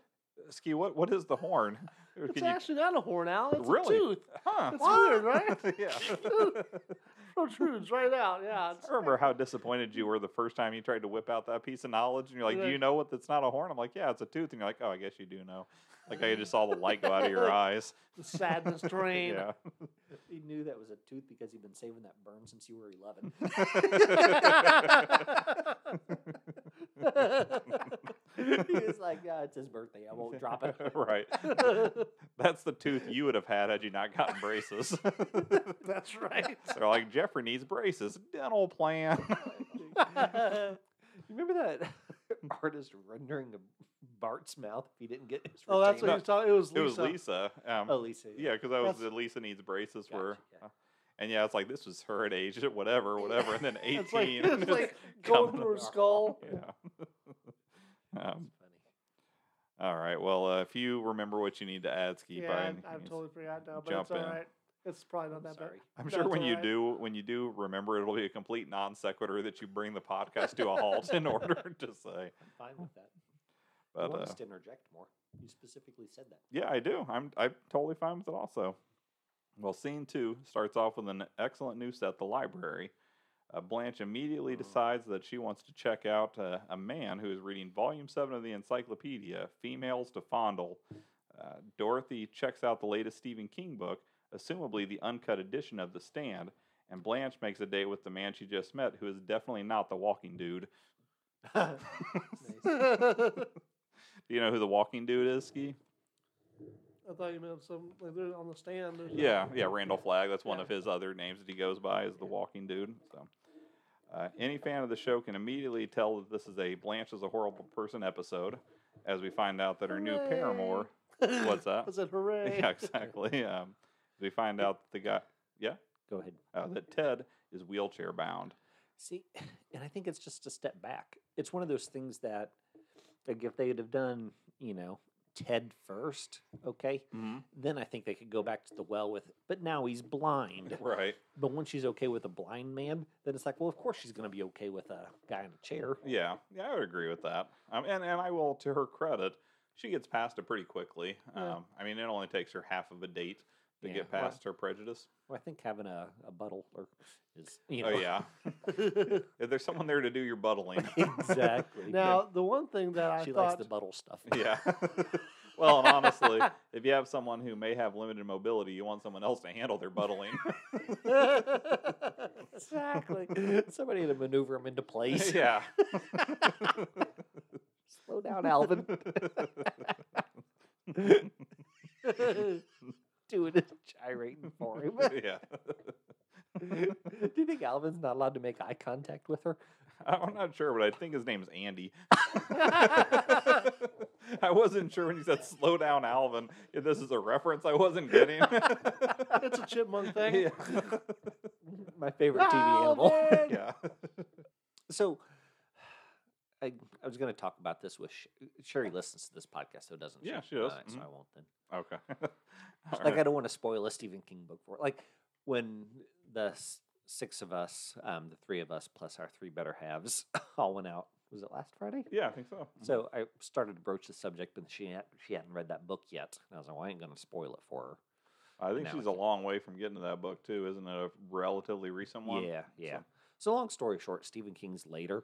S2: Ski, what what is the horn? Or
S3: It's
S2: can you-
S3: actually not a horn, Al. It's
S2: Really?
S3: a tooth.
S2: huh?
S3: It's weird, right?
S2: yeah.
S3: Protrudes right out. Yeah. It's,
S2: I remember how disappointed you were the first time you tried to whip out that piece of knowledge, and you're like, "Do
S3: Yeah.
S2: you know what? That's not a horn." I'm like, "Yeah, it's a tooth," and you're like, "Oh, I guess you do know." Like I just saw the light go out of your eyes.
S3: the sadness drain.
S2: Yeah.
S1: He knew that was a tooth because he'd been saving that berm since you were 11. he was like, yeah, it's his birthday. I won't drop it.
S2: right. That's the tooth you would have had had you not gotten braces.
S3: That's right.
S2: They're like, Jeffrey needs braces. Dental plan.
S1: You remember that artist rendering a Bart's mouth if he didn't get his
S3: oh, that's what
S1: retainer?
S3: he was talking. It was
S2: it was
S3: Lisa.
S2: Lisa. Um,
S1: Oh, Lisa.
S2: yeah, because I was the
S3: That's-
S2: Lisa needs braces
S1: Gotcha,
S2: were. uh,
S1: yeah.
S2: And yeah, it's like this was her at age whatever, whatever, and then eighteen.
S3: It's like, it's like
S2: coming
S3: going through her
S1: up.
S3: skull.
S2: yeah.
S1: That's funny.
S2: um, all right. Well, uh, if you remember what you need to add, Ski,
S3: Yeah,
S2: by
S3: I,
S2: any
S3: I've
S2: means.
S3: totally forgot now, but
S2: jump
S3: it's all
S2: in.
S3: right. It's probably not that bad.
S1: Sorry.
S2: I'm sure
S3: That's
S2: when you
S3: alright.
S2: do, when you do remember, it'll be a complete non sequitur that you bring the podcast to a halt in order to say.
S1: I'm fine with that.
S2: But
S1: you want
S2: uh,
S1: us to interject more. You specifically said that.
S2: yeah, I do. I'm I'm totally fine with it. Also, well, scene two starts off with an excellent new set, the library. Uh, Blanche immediately
S1: Mm.
S2: decides that she wants to check out uh, a man who is reading Volume Seven of the Encyclopedia, "Females to Fondle." Uh, Dorothy checks out the latest Stephen King book, assumably the uncut edition of *The Stand*, and Blanche makes a date with the man she just met, who is definitely not the walking dude.
S1: nice.
S2: Do you know who the walking dude is, Ski?
S3: I thought you meant some like they're on the stand. Or something.
S2: Yeah, yeah, Randall Flagg. That's one
S3: Yeah.
S2: of his other names that he goes by is the Walking Dude. So, uh, any fan of the show can immediately tell that this is a Blanche is a horrible person episode, as we find out that her new
S3: Hooray.
S2: paramour. What's that?
S3: I said, hooray!
S2: yeah, exactly. Um, we find out that the guy, yeah,
S1: Go ahead.
S2: uh, that Ted is wheelchair bound.
S1: See, and I think it's just a step back. It's one of those things that, like, if they'd have done, you know, Ted first, okay,
S2: Mm-hmm.
S1: then I think they could go back to the well with. But now he's blind.
S2: Right.
S1: But once she's okay with a blind man, then it's like, well, of course she's going to be okay with a guy in a chair.
S2: Yeah, yeah, I would agree with that. Um, and and I will, to her credit, she gets past it pretty quickly.
S3: Yeah.
S2: Um, I mean, it only takes her half of a date to
S1: Yeah,
S2: get
S1: well-
S2: past her prejudice.
S1: Well, I think having a, a butler is, you know,
S2: Oh yeah. If there's someone there to do your buttling.
S1: exactly.
S3: now the one thing that I
S1: she likes
S3: thought
S1: the buttle stuff.
S2: yeah. well, and honestly, if you have someone who may have limited mobility, you want someone else to handle their buttling.
S1: exactly. Somebody to maneuver him into place.
S2: yeah.
S1: Slow down, Alvin. Doing it, gyrating for him.
S2: yeah.
S1: Do you think Alvin's not allowed to make eye contact with her?
S2: I'm not sure, but I think his name's Andy. I wasn't sure when you said slow down Alvin if this is a reference I wasn't getting.
S3: it's a chipmunk thing. Oh,
S2: yeah.
S1: My favorite TV animal.
S3: Alvin!
S2: yeah.
S1: So, I, I was going to talk about this with Sh- Sherry. Listens to this podcast, though, doesn't she?
S2: Yeah, she does.
S1: All right,
S2: Mhm.
S1: So I won't then.
S2: Okay. All
S1: Like
S2: right.
S1: I don't want to spoil a Stephen King book for it. Like when the s- six of us, um, the three of us plus our three better halves, all went out. Was it last Friday?
S2: yeah, I think so.
S1: So I started to broach the subject, but she had, she hadn't read that book yet. And I was like, well, I ain't going to spoil it for
S2: I think
S1: No,
S2: she's
S1: it's a-
S2: a long way from getting to that book too, isn't it? A relatively recent
S1: her.
S2: one.
S1: Yeah, yeah. So. long story short, Stephen King's later,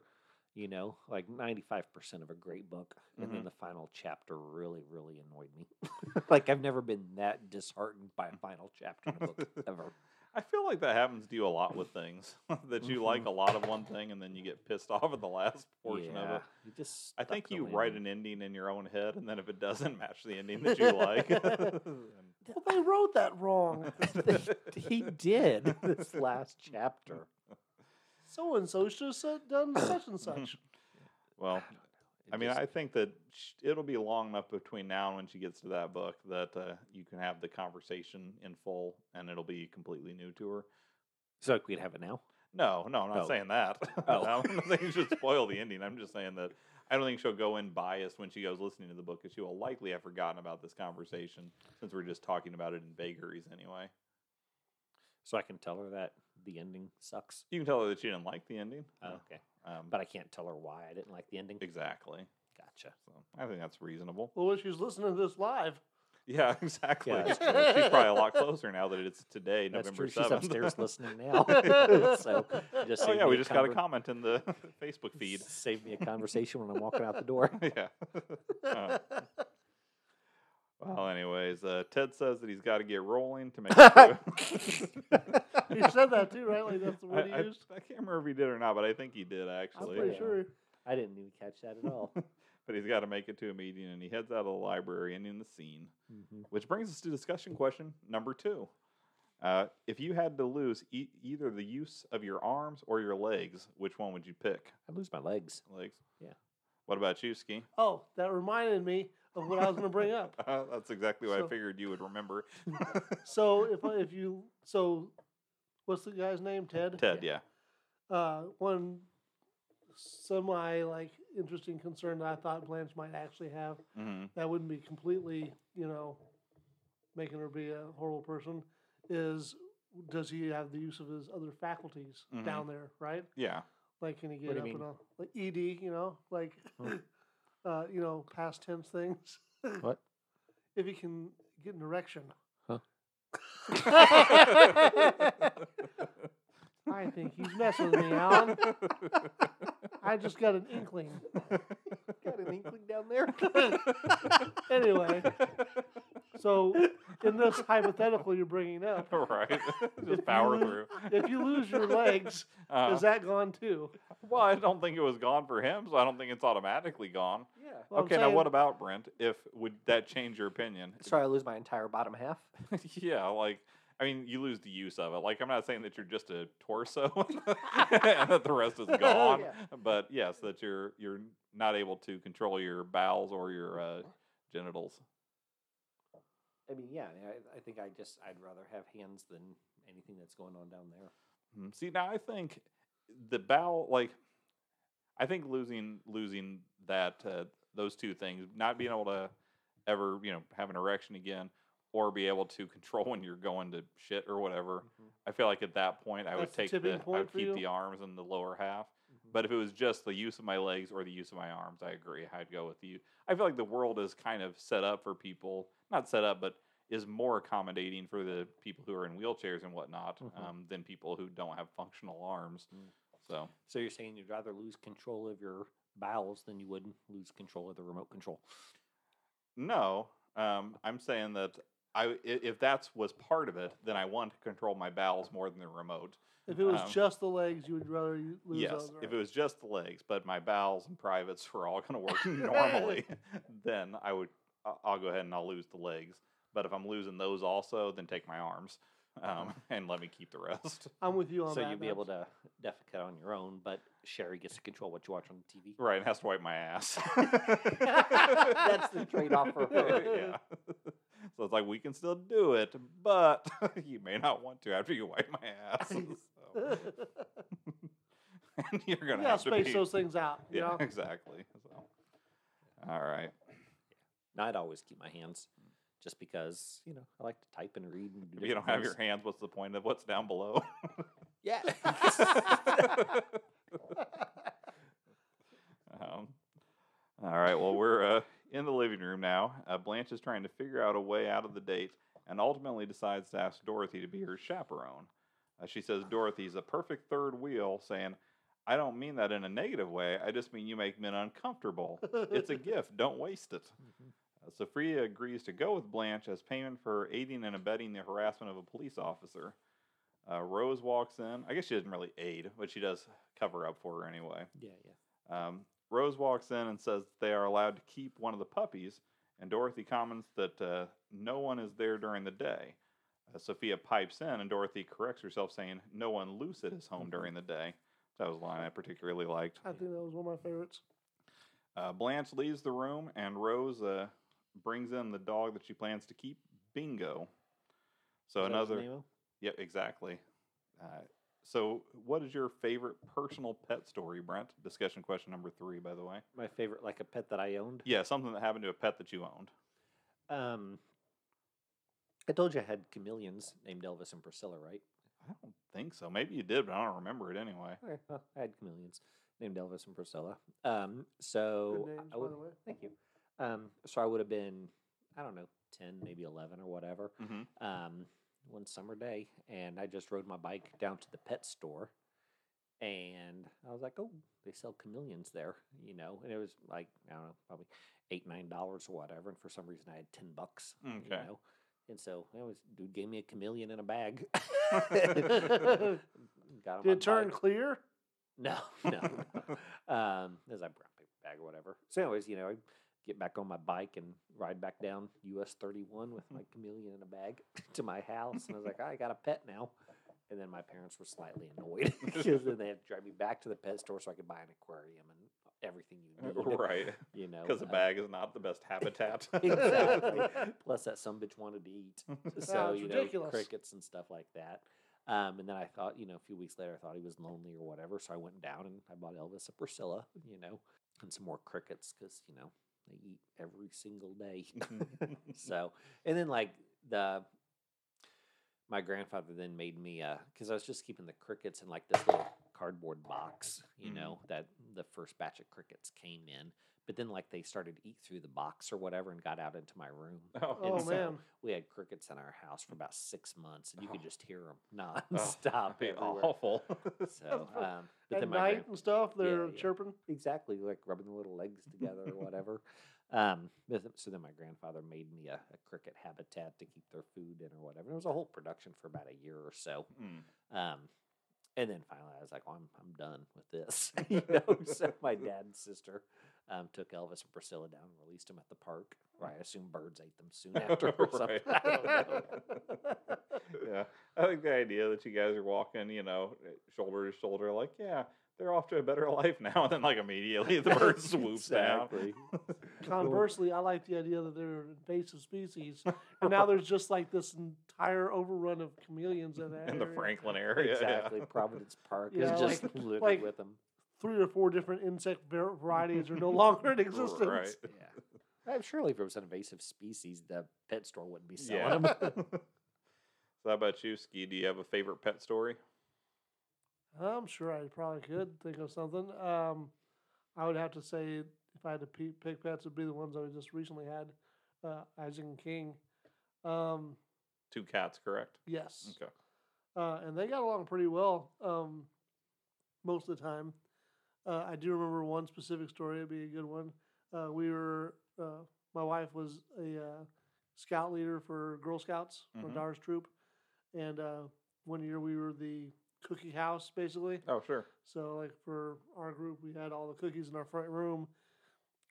S1: you know, like 95% of a great book. And
S2: Mm-hmm.
S1: then the final chapter really, really annoyed me. like I've never been that disheartened by a final chapter in a book ever.
S2: I feel like that happens to you a lot with things that you like
S1: Mhm.
S2: a lot of one thing and then you get pissed off at the last portion of it.
S1: You just
S2: I
S1: stuck
S2: think
S1: the
S2: you write
S1: landing.
S2: an ending in your own head, and then if it doesn't match the ending that you like, then-
S3: Well, they wrote that wrong.
S1: he did this last chapter.
S3: So and so should have said- done such and such.
S2: well,
S1: It
S2: I mean,
S1: just-
S2: I think that sh- it'll be long enough between now and when she gets to that book that uh, you can have the conversation in full, and it'll be completely new to her.
S1: so like we'd have it now.
S2: No, no, I'm not
S1: Oh.
S2: saying that.
S1: Oh.
S2: I'm not saying you should spoil the ending. I'm just saying that I don't think she'll go in biased when she goes listening to the book because she will likely have forgotten about this conversation since we're just talking about it in vagaries anyway.
S1: So I can tell her that the ending sucks.
S2: You can tell her that she didn't like the ending.
S1: Oh, okay,
S2: Um,
S1: but I can't tell her why I didn't like the ending.
S2: exactly.
S1: Gotcha. Gotcha.
S2: So I think that's reasonable.
S3: Well, when she's listening to this live,
S2: Yeah, exactly.
S1: Yeah,
S2: She's
S3: that's true.
S2: probably a lot closer now that it's today,
S1: That's
S2: November
S1: true. She's upstairs
S2: 7th.
S1: listening now. so just
S2: oh,
S1: saved
S2: yeah,
S1: me
S2: we just got a
S1: conver-
S2: comment in the Facebook feed.
S1: Saved me a conversation when I'm walking out the door.
S2: yeah. Oh. Well, anyways, uh, Ted says that he's got to get rolling to make it through.
S3: you said that too, right? Like that's the
S2: I,
S3: word
S2: I,
S3: he used.
S2: I can't remember if he did or not, but I think he did
S3: I'm
S2: actually. uh,
S3: pretty
S1: yeah.
S3: sure.
S1: I didn't even catch that at all.
S2: But he's got to make it to a meeting, and he heads out of the library and in the scene,
S1: Mhm.
S2: which brings us to discussion question number two. Uh, if you had to lose e- either the use of your arms or your legs, which one would you pick?
S1: I lose my legs.
S2: Legs.
S1: Yeah.
S2: What about you, Ski?
S3: Oh, that reminded me of what I was going to bring up.
S2: That's exactly what I
S3: So-
S2: figured you would remember.
S3: So if I- if you so, what's the guy's name? Ted.
S2: Ted, yeah.
S3: Uh, one semi like interesting concern that I thought Blanche might actually have
S2: hmm
S3: that wouldn't be completely you know making her be a horrible person is does he have the use of his other faculties
S2: Mhm.
S3: down there right
S2: Yeah.
S3: like can he
S1: What do
S3: get
S1: you
S3: up
S1: mean?
S3: and all like ed you know like
S1: Hmm.
S3: uh, you know past tense things
S1: What?
S3: if he can get an erection
S1: Huh?
S3: i think he's messing with me alan i just got an inkling
S1: Got an inkling down there.
S3: anyway so in this hypothetical you're bringing up
S2: right.
S3: If you
S2: Just power
S3: lose-
S2: through.
S3: if you lose your legs
S2: Uh,
S1: Uh-huh.
S3: is that gone too
S2: well, I don't think it was gone for him, so I don't think it's automatically gone.
S1: yeah.
S3: Well, I'm
S2: okay, now what
S3: saying-
S2: about Brent? If would that change your opinion?
S1: Sorry, I lose my entire bottom half.
S2: yeah, like I mean, you lose the use of it. Like I'm not saying that you're just a torso and that the rest is gone,
S1: Yeah.
S2: but yes, that you're you're not able to control your bowels or your uh, genitals.
S1: I mean, yeah, I, mean, I- I think I just I'd rather have hands than anything that's going on down there.
S2: Mm, See, now I think the bowel, like, I think losing losing that uh, those two things, not being able to ever, you know, have an erection again, or be able to control when you're going to shit or whatever.
S1: Mm-hmm,
S2: I feel like at that point, I would
S3: Mm. That's the
S2: take the,
S3: tipping
S2: I
S3: point
S2: would
S3: for
S2: keep
S3: you?
S2: the arms and the lower half.
S1: Mhm.
S2: But if it was just the use of my legs or the use of my arms, I agree. I'd go with you. I feel like the world is kind of set up for people, not set up, but is more accommodating for the people who are in wheelchairs and whatnot
S1: Mhm.
S2: um, than people who don't have functional arms.
S1: Mm.
S2: So,
S1: So you're saying you'd rather lose control of your bowels than you would lose control of the remote control.
S2: no, um, I'm saying that I, i- if that's was part of it, then I want to control my bowels more than the remote.
S3: If it was
S2: Um,
S3: just the legs, you would rather you lose
S2: yes,
S3: those.
S2: if it was just the legs, but my bowels and privates were all going to work normally, then I would I- I'll go ahead and I'll lose the legs. But if I'm losing those also, then take my arms
S3: Uh-huh.
S2: um, and let me keep the rest.
S3: I'm with you on
S1: so
S3: that.
S1: you'd be able
S3: Babs.
S1: to defecate on your own, but Sherry gets to control what you watch on the TV.
S2: Right, and has to wipe my ass.
S1: That's the trade-off for
S3: her.
S2: yeah. So it's like we can still do it, but you may not want to after you wipe my ass. So, and you're gonna
S3: yeah,
S2: have to
S3: space
S2: be-
S3: those things out. You
S2: yeah,
S3: know?
S2: exactly. So, all right.
S1: Now I'd always keep my hands, just because you know I like to type and read. And do
S2: If you don't
S1: different
S2: have your
S1: things.
S2: hands, what's the point of what's down below?
S1: yeah.
S2: um, all right. Well, we're uh, in the living room now. Uh, Blanche is trying to figure out a way out of the date and ultimately decides to ask Dorothy to be her chaperone. Uh, she says Dorothy's a perfect third wheel, saying, I don't mean that in a negative way. I just mean you make men uncomfortable. It's a gift. Don't waste it. Uh, Sophia agrees to go with Blanche as payment for aiding and abetting the harassment of a police officer. Uh, Rose walks in. I guess she doesn't really aid, but she does cover up for her anyway.
S1: yeah, yeah.
S2: Um, Rose walks in and says they are allowed to keep one of the puppies, and Dorothy comments that uh, no one is there during the day. Uh, Sophia pipes in, and Dorothy corrects herself, saying, No one lucid is home during the day. That was a line I particularly liked.
S3: I think that was one of my favorites.
S2: Uh, Blanche leaves the room, and Rose uh, brings in the dog that she plans to keep, Bingo. So,
S1: Is that his
S2: another.
S1: name?
S2: Yep, exactly. Uh, so, what is your favorite personal pet story, Brent? Discussion question number three, by the way.
S1: My favorite, like a pet that I owned.
S2: Yeah, something that happened to a pet that you owned.
S1: Um, I told you I had chameleons named Elvis and Priscilla, right?
S2: I don't think so. Maybe you did, but I don't remember it anyway.
S1: Okay, well, I had chameleons named Elvis and Priscilla. Um, so
S3: Good names,
S1: I
S3: by
S1: would,
S3: the way.
S1: thank you. Um, so I would have been, I don't know, ten, maybe eleven or whatever.
S2: hmm
S1: um, one summer day, and I just rode my bike down to the pet store, and I was like, "Oh, they sell chameleons there," you know. And it was like I don't know, probably eight, nine dollars or whatever. And for some reason, I had ten bucks. You
S2: Okay.
S1: know? And so it was dude gave me a chameleon in a bag. Got on
S3: Did
S1: my
S3: it turn
S1: bike.
S3: clear?
S1: No, no. no. um, there's a brown paper bag or whatever. So, anyways, you know, I get back on my bike and ride back down US 31 with my chameleon in a bag to my house. And I was like, I got a pet now. And then my parents were slightly annoyed because then they had to drive me back to the pet store so I could buy an aquarium and everything you need.
S2: right.
S1: You know,
S2: Because a
S1: uh,
S2: bag is not the best habitat.
S1: exactly. Plus, that some bitch wanted to eat. So
S3: it's
S1: you know,
S3: ridiculous.
S1: crickets and stuff like that. Um, and then I thought, you know, a few weeks later, I thought he was lonely or whatever. So I went down and I bought Elvis a Priscilla, you know, and some more crickets because you know they eat every single day.
S2: Mm-hmm.
S1: so and then like the my grandfather then made me uh because I was just keeping the crickets in like this little cardboard box, you
S2: Mhm.
S1: know, that the first batch of crickets came in. But then like they started to eat through the box or whatever and got out into my room.
S2: Oh,
S3: Oh
S1: so-
S3: man,
S1: We had crickets in our house for about six months and you could
S2: Oh.
S1: just hear them
S2: oh,
S1: nonstop.
S2: that'd be
S1: everywhere.
S2: awful.
S1: So um but
S3: at
S1: then my
S3: night
S1: grand-
S3: and stuff, they're
S1: yeah.
S3: chirping.
S1: exactly like rubbing the little legs together or whatever. Um, but th- so then my grandfather made me a, a cricket habitat to keep their food in or whatever. It was a whole production for about a year or so.
S2: Mm.
S1: Um, and then finally I was like, well, I'm, I'm done with this. you know, so my dad and sister um, took Elvis and Priscilla down and released them at the park. Right. I assume birds ate them soon after or something. I don't know.
S2: yeah, I think the idea that you guys are walking, you know, shoulder to shoulder, like, yeah, they're off to a better life now. And then, like, immediately the bird swoops down.
S1: Exactly.
S3: Conversely, I like the idea that they're an invasive species, and now there's just like this entire overrun of chameleons in that
S2: in the
S3: area.
S2: Franklin area.
S1: Exactly. Providence Park
S3: Yeah,
S1: is just
S3: like-
S1: littered
S3: like-
S1: with them.
S3: Three or four different insect var- varieties are no longer in existence.
S2: Right.
S1: Yeah. Uh, Surely, if it was an invasive species, the pet store wouldn't be selling
S2: Yeah.
S1: them.
S2: so, how about you, Ski? Do you have a favorite pet story?
S3: I'm sure I probably could think of something. Um, I would have to say if I had to pe- pick pets, it'd be the ones that we just recently had, uh, Isaac and King. Um,
S2: Two cats, correct?
S3: yes.
S2: Okay.
S3: uh, and they got along pretty well um, most of the time. Uh, I do remember one specific story; it'd be a good one. Uh, we were, uh, my wife was a uh, scout leader for Girl Scouts for
S2: Mhm.
S3: Dar's troop, and uh, one year we were the cookie house, basically.
S2: Oh, sure.
S3: So, like for our group, we had all the cookies in our front room,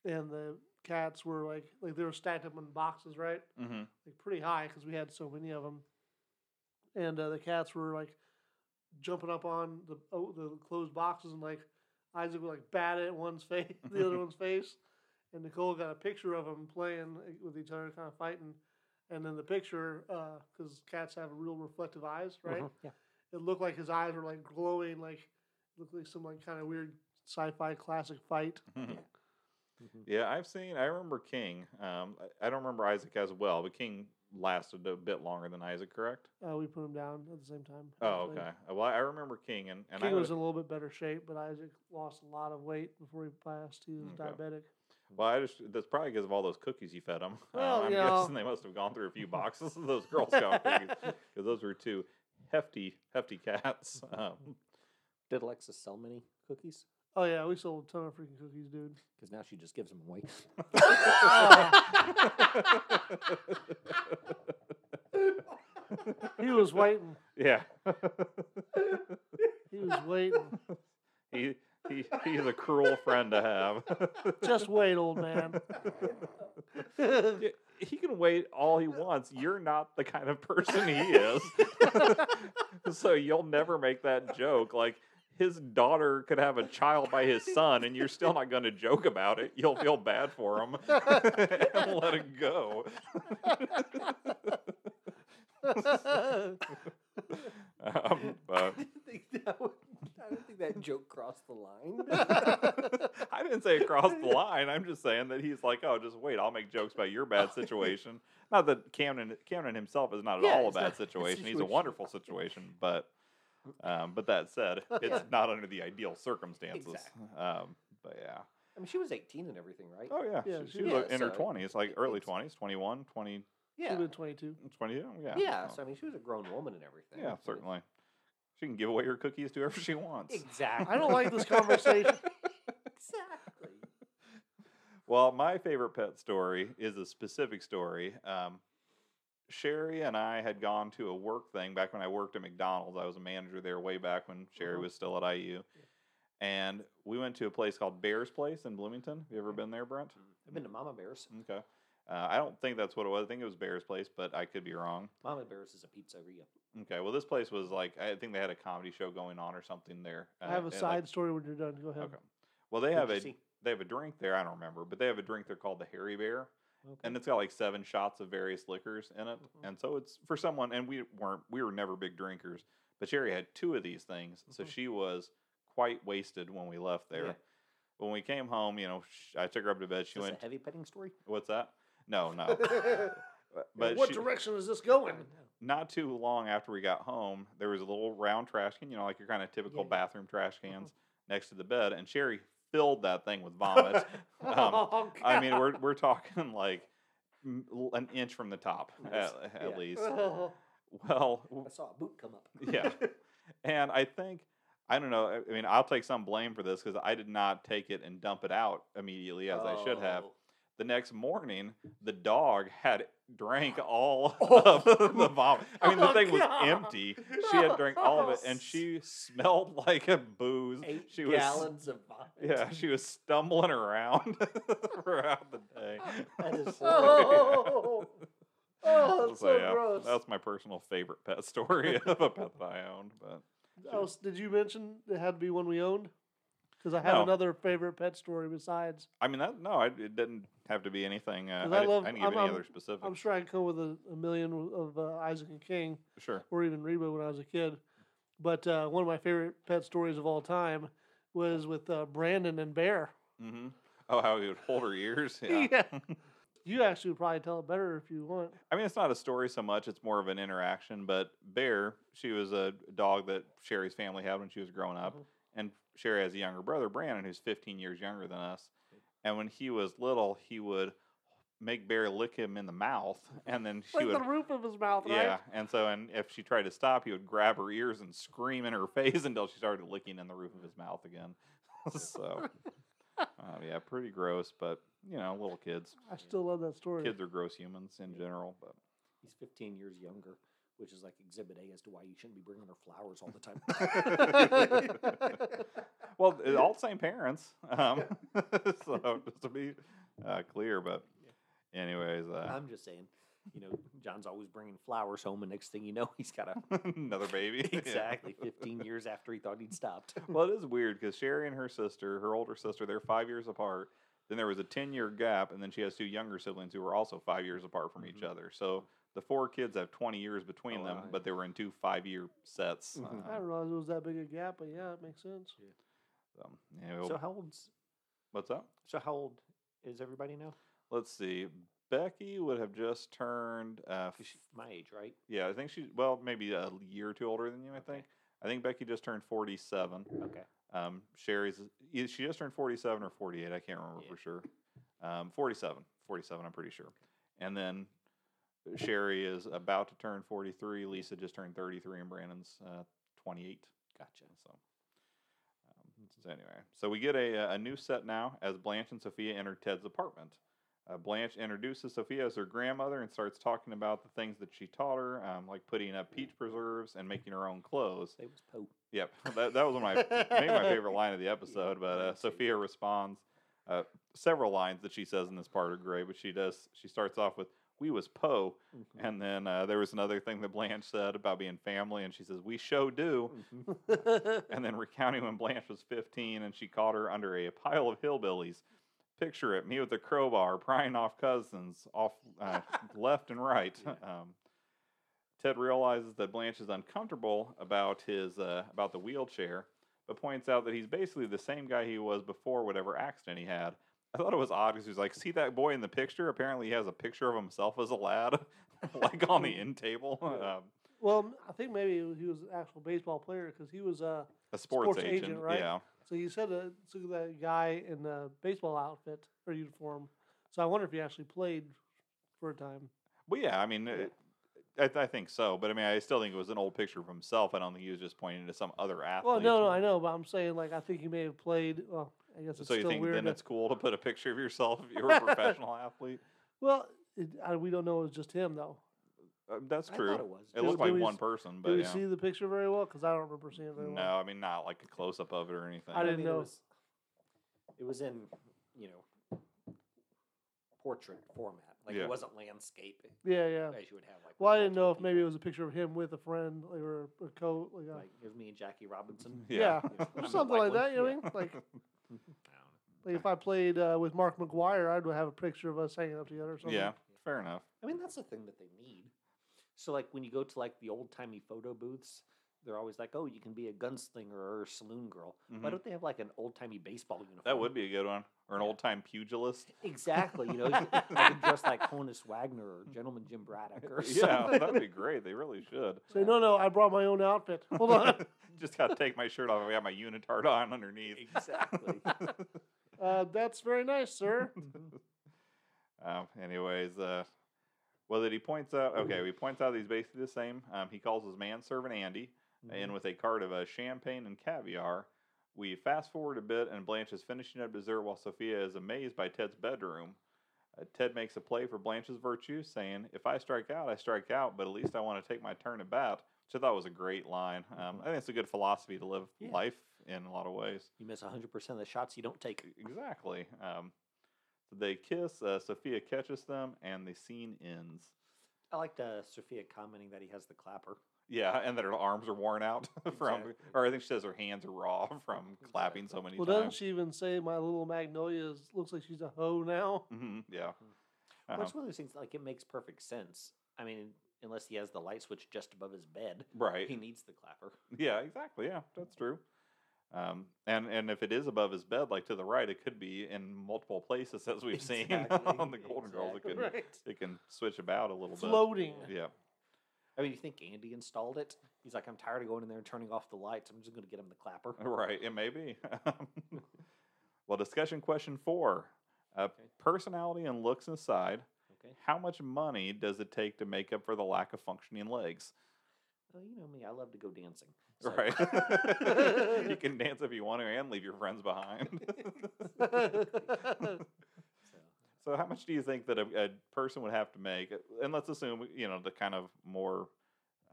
S3: and the cats were like, like they were stacked up in boxes, right?
S2: Mm-hmm.
S3: like pretty high because we had so many of them, and uh, the cats were like jumping up on the oh, the closed boxes and like Isaac would like bat at one's face, the other one's face, and Nicole got a picture of them playing like, with each other, kind of fighting, and then the picture because cats have real reflective eyes, right?
S2: Uh-huh.
S1: Mhm, Yeah.
S3: It looked like his eyes were like glowing, like looked like some like kind of weird sci-fi classic fight. Uh,
S1: Mhm.
S2: Mm-hmm. Yeah, I've seen. I remember King. Um, I, I don't remember Isaac as well, but King lasted a bit longer than Isaac, correct?
S3: Uh, we put him down at the same time.
S2: Oh,
S3: actually.
S2: okay. Uh, Well, I remember King, and, and I
S3: King
S2: would-
S3: was in a little bit better shape, but Isaac lost a lot of weight before he passed. He was
S2: Okay.
S3: diabetic.
S2: Well, I just that's probably because of all those cookies you fed them.
S3: Well,
S2: I'm
S3: you know.
S2: guessing they must have gone through a few boxes of those Girl Scout cookies because those were two hefty, hefty cats. Um,
S1: Did Alexa sell many cookies?
S3: Oh yeah, we sold a ton of freaking cookies, dude.
S1: Because now she just gives them away.
S3: He was waiting.
S2: yeah,
S3: He was waiting.
S2: he, he he's a cruel friend to have.
S3: Just wait, old man.
S2: Yeah, he can wait all he wants. You're not the kind of person he is. so you'll never make that joke. Like his daughter could have a child by his son, and you're still not going to joke about it. You'll feel bad for him and let it go. Um, but
S1: didn't think that would, I didn't think that joke crossed the line.
S2: I didn't say across the line. I'm just saying that he's like, oh, just wait. I'll make jokes about your bad situation. Not that Camden Camden himself is not at
S1: Yeah,
S2: all a
S1: it's
S2: bad
S1: not- it's
S2: situation. He's a
S1: situation.
S2: wonderful situation, but Um, but that said, it's not under the ideal circumstances.
S1: Exactly.
S2: Um, but yeah.
S1: I mean, she was 18 and everything, right?
S2: Oh, yeah.
S3: Yeah,
S2: she,
S3: she
S2: she was
S1: was-
S2: like, in her
S1: so-
S2: 20s, like early
S1: it's-
S2: 20s, 21, 20,
S1: yeah.
S3: Even 22.
S2: 22. Yeah.
S1: Yeah, So I mean, she was a grown woman and everything. I
S2: yeah,
S1: mean,
S2: certainly. She can give away her cookies to whoever she wants.
S1: Exactly.
S3: I don't like this conversation.
S2: Uh,
S1: exactly.
S2: Well, my favorite pet story is a specific story. Um, Sherry and I had gone to a work thing back when I worked at McDonald's. I was a manager there way back when Sherry
S3: Mhm.
S2: was still at IU. And we went to a place called Bear's Place in Bloomington. Have you ever been there, Brent?
S1: I've been to Mama Bears.
S2: Okay. Uh, I don't think that's what it was. I think it was Bear's Place, but I could be wrong.
S1: Mama Bears is a pizzeria.
S2: Okay. Well, this place was like, I think they had a comedy show going on or something there.
S3: I
S2: uh,
S3: have a
S2: and, like-
S3: side story when you're done. Go ahead.
S2: okay. Well, they have
S1: What'd
S2: a
S1: you see?
S2: they have a drink there. I don't remember, but they have a drink there called the Hairy Bear.
S1: Okay.
S2: and it's got like seven shots of various liquors in it.
S1: Mhm.
S2: And so it's for someone, and we weren't, we were never big drinkers, but Sherry had two of these things. So
S1: Mhm.
S2: she was quite wasted when we left there.
S1: Yeah.
S2: When we came home, you know, sh- I took her up to bed.
S1: is
S2: She
S1: this
S2: went,
S1: a heavy petting story?
S2: What's that? No, no. but
S3: what
S2: she- Um,
S3: direction is this going?
S2: not too long after we got home, there was a little round trash can, you know, like your kind of typical
S1: yeah. Mm-hmm.
S2: bathroom trash cans next to the bed. And Sherry filled that thing with vomit. Um,
S3: Oh,
S2: I mean, we're we're talking like m- l- an inch from the top
S1: Nice.
S2: at, at
S1: Yeah.
S2: least.
S3: God.
S2: Well,
S1: I
S2: w-
S1: saw a boot come up.
S2: yeah, and I think I don't know. I- I mean, I'll take some blame for this because I did not take it and dump it out immediately as I should have.
S1: Oh.
S2: The next morning, the dog had drank all of the vomit. I mean, the
S3: Oh,
S2: thing was
S3: God.
S2: empty. She had drank all of it, and she smelled like a booze.
S1: Eight
S2: she was
S1: gallons of vomit.
S2: yeah, she was stumbling around throughout the day.
S1: That is
S3: Oh, oh, that's
S2: So,
S3: so
S2: yeah,
S3: gross.
S2: uh, That's my personal favorite pet story of a pet that I owned. But
S3: Oh, s- did you mention it had to be one we owned? Because I have
S2: No.
S3: another favorite pet story besides.
S2: I mean, that, no, I, it didn't have to be anything. Uh,
S3: 'Cause
S2: I,
S3: I
S2: didn't,
S3: love-
S2: I didn't give
S3: I'm-
S2: any
S3: I'm-
S2: other specifics.
S3: I'm sure I could come with a, a million of uh, Isaac and King
S2: sure.
S3: or even Reba when I was a kid. But uh, one of my favorite pet stories of all time was with uh, Brandon and Bear.
S2: hmm Oh, how he would hold her ears. Yeah.
S3: you actually would probably tell it better if you want.
S2: I mean, it's not a story so much; it's more of an interaction. But Bear, she was a dog that Sherry's family had when she was growing up,
S3: Mhm.
S2: and Sherry has a younger brother, Brandon, who's 15 years younger than us. And when he was little, he would make Bear lick him in the mouth, and then she
S3: Like
S2: would.
S3: the roof of his mouth, right?
S2: Yeah, and so and if she tried to stop, he would grab her ears and scream in her face until she started licking in the roof of his mouth again. so, uh, yeah, pretty gross, but you know, little kids,
S3: I still love that story.
S2: kids are gross humans in general. But
S1: He's 15 years younger, which is like exhibit A as to why you shouldn't be bringing her flowers all the time.
S2: well, th- all the same parents. Um, so just to be uh, clear, but anyways, uh,
S1: I'm just saying, you know, John's always bringing flowers home, and next thing you know, he's got a
S2: another baby. Yeah.
S1: exactly 15 years after he thought he'd stopped.
S2: Well, it is weird because Sherry and her sister, her older sister, they're five years apart. Then there was a ten year gap, and then she has two younger siblings who were also five years apart from each
S1: Mhm.
S2: other. So the four kids have twenty years between
S1: Oh,
S2: them,
S1: wow.
S2: but they were in two five year sets.
S1: Mhm.
S3: I
S2: Um,
S3: didn't realize it was that big a gap, but yeah, it makes sense.
S2: so, anyway,
S1: So how old's
S2: what's up?
S1: so how old is everybody now?
S2: Let's see. Becky would have just turned uh,
S1: 'Cause she's my age, right?
S2: Yeah, I think she's well, maybe a year or two older than you. I
S1: Okay.
S2: think. I think Becky just turned forty-seven.
S1: Okay.
S2: Um, Sherry's either she just turned forty-seven or forty-eight. I can't remember
S1: Yeah.
S2: for sure. Um, 47, 47, I'm pretty sure. And then Sherry is about to turn forty-three. Lisa just turned thirty-three, and Brandon's uh, twenty-eight.
S1: Gotcha.
S2: So, um, so anyway, so we get a, uh, a new set now as Blanche and Sophia enter Ted's apartment. Uh, Blanche introduces Sophia as her grandmother and starts talking about the things that she taught her, um, like putting up peach preserves and making her own clothes.
S1: It was Poe.
S2: Yep, that, that was one of my maybe my favorite line of the episode. But uh,
S1: mine too.
S2: Sophia responds uh, several lines that she says in this part are great. But she does she starts off with "We was Poe,"
S1: Mhm.
S2: and then uh, there was another thing that Blanche said about being family, and she says "We show do."
S1: Mhm.
S2: and then recounting when Blanche was 15 and she caught her under a pile of hillbillies. Picture it, me with a crowbar, prying off cousins off uh, left and right. Um, Ted realizes that Blanche is uncomfortable about his uh, about the wheelchair, but points out that he's basically the same guy he was before whatever accident he had. I thought it was odd because he was like, "See that boy in the picture? Apparently, he has a picture of himself as a lad, like on the end table." Um,
S3: Well, m- I think maybe he was an actual baseball player because he was uh
S2: A sports,
S3: Sports agent,
S2: agent,
S3: right?
S2: yeah.
S3: So you said uh, so that guy in the baseball outfit or uniform. So I wonder if he actually played for a time.
S2: Well, yeah, I mean, it, I, I think so, but I mean, I still think it was an old picture of himself. I don't think he was just pointing to some other athlete.
S3: Well, no, no, I know, but I'm saying like I think he may have played. Well, I guess it's
S2: So you
S3: still
S2: think
S3: weird.
S2: then
S3: to-
S2: it's cool to put a picture of yourself if you were a professional athlete?
S3: well, it, I, we don't know it was just him though.
S2: Uh, that's
S1: I
S2: true.
S1: thought it was.
S2: It
S3: Do-
S2: looked
S3: do
S2: like
S3: we
S2: one
S3: s-
S2: person,
S3: Did
S2: but
S3: we
S2: yeah.
S3: see the picture very well? Because I don't remember seeing it very
S2: no,
S3: well.
S2: I mean not like a close up of it or anything.
S3: I didn't
S1: mean,
S3: know.
S1: It was, it was in, you know, portrait format. Like
S2: Yeah.
S1: it wasn't landscape
S3: Yeah, yeah.
S1: as you would have like.
S3: Well, I
S1: with
S3: didn't know if
S1: multiple
S3: maybe it was a picture of him with a friend like, or a coat. Like,
S1: people.
S3: a,
S1: Like here's me and Jackie Robinson.
S2: Yeah.
S1: You know,
S3: or
S1: I'm
S3: something like
S1: Lakeland.
S3: that. You know what I
S1: Yeah.
S3: mean?
S1: I
S3: Like,
S1: don't know.
S3: like if I played uh, with Mark McGuire, I'd have a picture of us hanging up together or something.
S2: yeah, fair enough.
S1: I mean, that's the thing that they need. So, like, when you go to like the old timey photo booths, they're always like, "Oh, you can be a gunslinger or a saloon girl." Why
S2: Mhm.
S1: don't they have like an old timey baseball uniform?
S2: That would be a good one, or an old time pugilist.
S1: exactly. You know, like dressed like Honus Wagner or Gentleman Jim Braddock or
S2: Yeah,
S1: something.
S2: that'd be great. They really should.
S3: Say no, no, I brought my own outfit. Hold on.
S2: just got to take my shirt off. I got my unitard on underneath.
S1: Exactly.
S3: Uh, that's very nice, sir.
S2: Um, anyways, uh, well, that he points out. Okay, he points out that he's basically the same. Um, he calls his manservant Andy, and
S1: Mm-hmm.
S2: with a card of uh, champagne and caviar, we fast forward a bit, and Blanche is finishing up dessert while Sophia is amazed by Ted's bedroom. Uh, Ted makes a play for Blanche's virtue, saying, "If I strike out, I strike out, but at least I want to take my turn at bat." Which I thought was a great line. Um, I think it's a good philosophy to live
S1: Yeah.
S2: life in a lot of ways.
S1: you miss 100% of the shots you don't take.
S2: Exactly. Um, they kiss. Uh, Sophia catches them, and the scene ends.
S1: I liked uh, Sophia commenting that he has the clapper.
S2: Yeah, and that her arms are worn out from,
S1: Exactly.
S2: or I think she says her hands are raw from clapping so many
S3: Well, doesn't
S2: times.
S3: she even say my little magnolia is, looks like she's a hoe now?
S2: hmm yeah.
S1: Well,
S2: Uh-huh.
S1: it's one of those things, like, it makes perfect sense. I mean, unless he has the light switch just above his bed,
S2: Right.
S1: he needs the clapper.
S2: Yeah, exactly. Yeah, that's true. Um, and and if it is above his bed, like to the right, it could be in multiple places, as we've seen
S1: Exactly,
S2: on the Golden Girls. It
S1: exactly.
S2: can
S3: Right.
S2: it can switch about a little
S3: Floating.
S2: bit. Yeah.
S1: I mean, you think Andy installed it? He's like, I'm tired of going in there and turning off the lights. I'm just going to get him the clapper.
S2: Right, it may be. well, discussion question four uh, personality and looks aside,
S1: Okay.
S2: how much money does it take to make up for the lack of functioning legs?
S1: Oh, you know me. I love to go dancing.
S2: Right. you can dance if you want to and leave your friends behind.
S1: So,
S2: so, how much do you think that a, a person would have to make? uh, And let's assume, you know, the kind of more,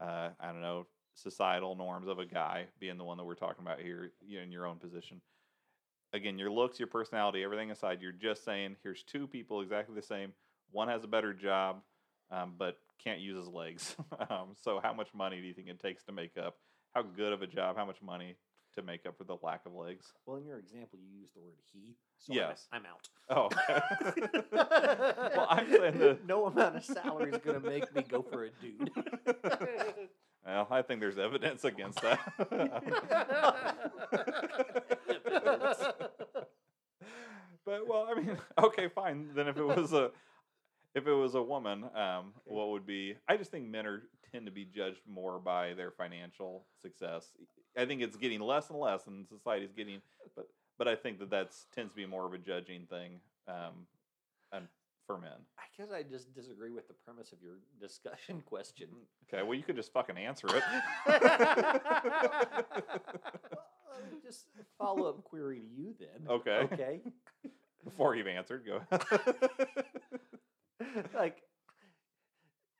S2: uh, I don't know, societal norms of a guy being the one that we're talking about here you know, in your own position. Again, your looks, your personality, everything aside, you're just saying here's two people exactly the same. One has a better job, um, but can't use his legs. um, so, how much money do you think it takes to make up? How good of a job? How much money to make up for the lack of legs?
S1: well, in your example, you used the word he. So I'm-
S2: Yes.
S1: I'm, out.
S2: Oh, okay. Well, I'm saying the-
S1: no amount of salary is going to make me go for a dude.
S2: well, I think there's evidence against that. but well, I mean, okay, fine. Then if it was a if it was a woman, um, what would be? I just think men are tend to be judged more by their financial success. I think it's getting less and less, and society's getting. But but I think that that's tends to be more of a judging thing, um, and for men.
S1: I guess I just disagree with the premise of your discussion question.
S2: Okay, well, you could just fucking answer it.
S1: Well, uh, just follow up query to you then.
S2: Okay.
S1: Okay.
S2: Before you've answered, go. ahead.
S1: like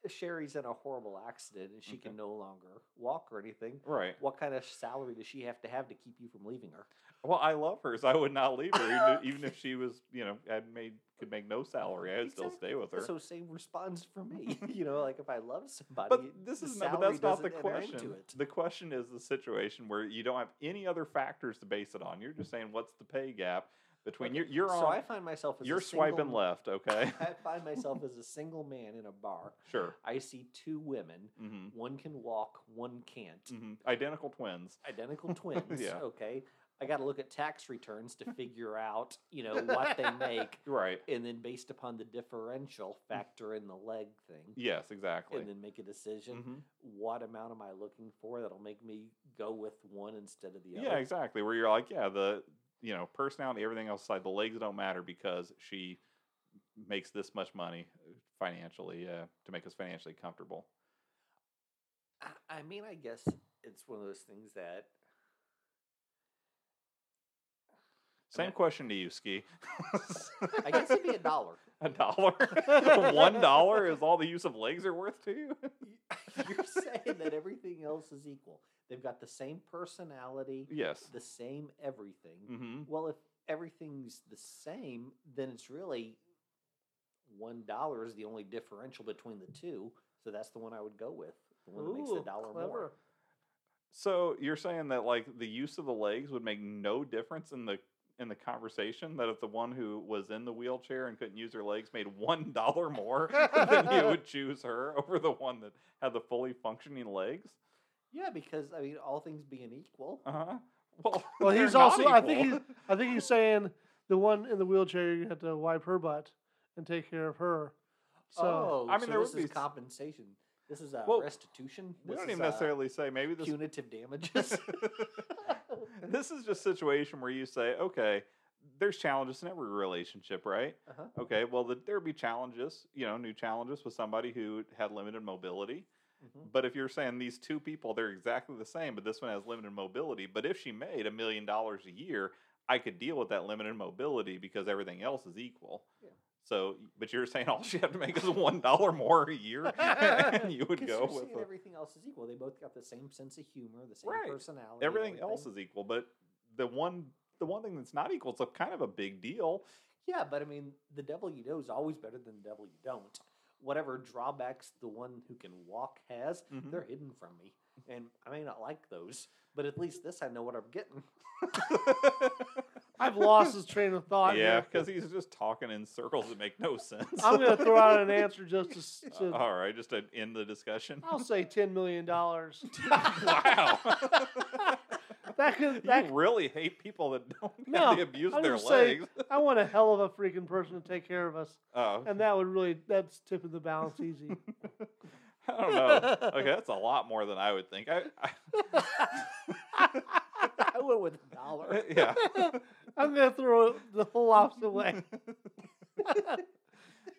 S1: Sherry's in a horrible accident and she
S2: Mm-hmm.
S1: can no longer walk or anything.
S2: right.
S1: What kind of salary does she have to have to keep you from leaving her?
S2: Well, I love her, so I would not leave her, even, if- even if she was, you know, had made could make no salary. I would still
S1: Exactly.
S2: stay with her.
S1: So same response for me. you know, like if I love somebody,
S2: But this
S1: the
S2: is not, but
S1: salary
S2: that's not the
S1: doesn't enter
S2: question.
S1: into it.
S2: The question is the situation where you don't have any other factors to base it on. You're just saying what's the pay gap between
S1: Okay,
S2: you're you're
S1: so I
S2: on
S1: find myself as a
S2: you're
S1: single-
S2: swiping left, eh? okay?
S1: I find myself as a single man in a bar.
S2: sure.
S1: I see two women.
S2: hmm
S1: One can walk, one can't.
S2: Mm. hmm Identical twins.
S1: Identical twins.
S2: Yeah.
S1: Okay. I got to look at tax returns to figure out, you know, what they make,
S2: Right.
S1: and then based upon the differential, factor in the leg thing,
S2: Yes, Mm. exactly.
S1: and then make a decision.
S2: Mhm.
S1: What amount am I looking for that'll make me go with one instead of the
S2: Yeah.
S1: other?
S2: exactly. Where you're like, yeah, the you know personality, everything else aside, the legs don't matter because she makes this much money financially uh, to make us financially comfortable.
S1: I- I mean, I guess it's one of those things that
S2: Same
S1: mean-
S2: question to you, Ski.
S1: I guess it'd be a dollar.
S2: a dollar, one dollar is all the use of legs are worth to you.
S1: You're saying that everything else is equal. They've got the same personality,
S2: Yes.
S1: the same everything.
S2: Mm-hmm.
S1: Well, if everything's the same, then it's really one dollar is the only differential between the two. So that's the one I would go with. The one that makes a
S3: Ooh,
S1: dollar more.
S3: clever.
S2: So you're saying that like the use of the legs would make no difference in the in the conversation that if the one who was in the wheelchair and couldn't use her legs made one dollar more, then you would choose her over the one that had the fully functioning legs.
S1: Yeah, because I mean, all things being equal,
S2: Uh huh. Well,
S3: Well,
S2: they're
S3: he's
S2: not
S3: also. I think
S2: equal.
S3: he's. I think he's saying the one in the wheelchair. You have to wipe her butt and take care of her. So
S1: oh,
S2: I mean,
S1: so
S2: there
S1: this
S2: would be
S1: is
S2: s-
S1: compensation. This is a
S2: Well,
S1: restitution.
S2: we
S1: This
S2: don't
S1: is,
S2: even
S1: uh,
S2: necessarily say maybe this
S1: punitive damages.
S2: this is just a situation where you say, okay, there's challenges in every relationship, right?
S1: Uh-huh.
S2: Okay, well, the, there'd be challenges, you know, new challenges with somebody who had limited mobility.
S1: Mhm.
S2: But if you're saying these two people, they're exactly the same, but this one has limited mobility. But if she made a million dollars a year, I could deal with that limited mobility because everything else is equal.
S1: Yeah.
S2: So, but you're saying all she had to make is one dollar more a year, and you would
S1: Because
S2: go
S1: you're
S2: with
S1: saying
S2: the-
S1: everything else is equal. They both got the same sense of humor, the same
S2: Right.
S1: personality. and
S2: everything else is equal. But the one, the one thing that's not equal, it's a kind of a big deal.
S1: Yeah, but I mean, the devil you know is always better than the devil you don't. Whatever drawbacks the one who can walk has,
S2: Mhm.
S1: they're hidden from me, and I may not like those, but at least this I know what I'm getting.
S3: I've lost his train of thought.
S2: yeah,
S3: here.
S2: because he's just talking in circles that make no sense.
S3: I'm going to throw out an answer just to. s-
S2: Uh,
S3: to
S2: all right, just to end the discussion.
S3: I'll say ten million dollars.
S2: wow,
S3: That could. That,
S2: you really hate people that don't
S3: No,
S2: have the abuse
S3: I'm
S2: of their
S3: just saying-
S2: legs.
S3: I want a hell of a freaking person to take care of us,
S2: Oh,
S3: and that would really. That's tipping the balance easy.
S2: I don't know. Okay, that's a lot more than I would think. I,
S1: I went with a
S2: I
S1: dollar.
S2: yeah.
S3: I'm going to throw the whole opposite way.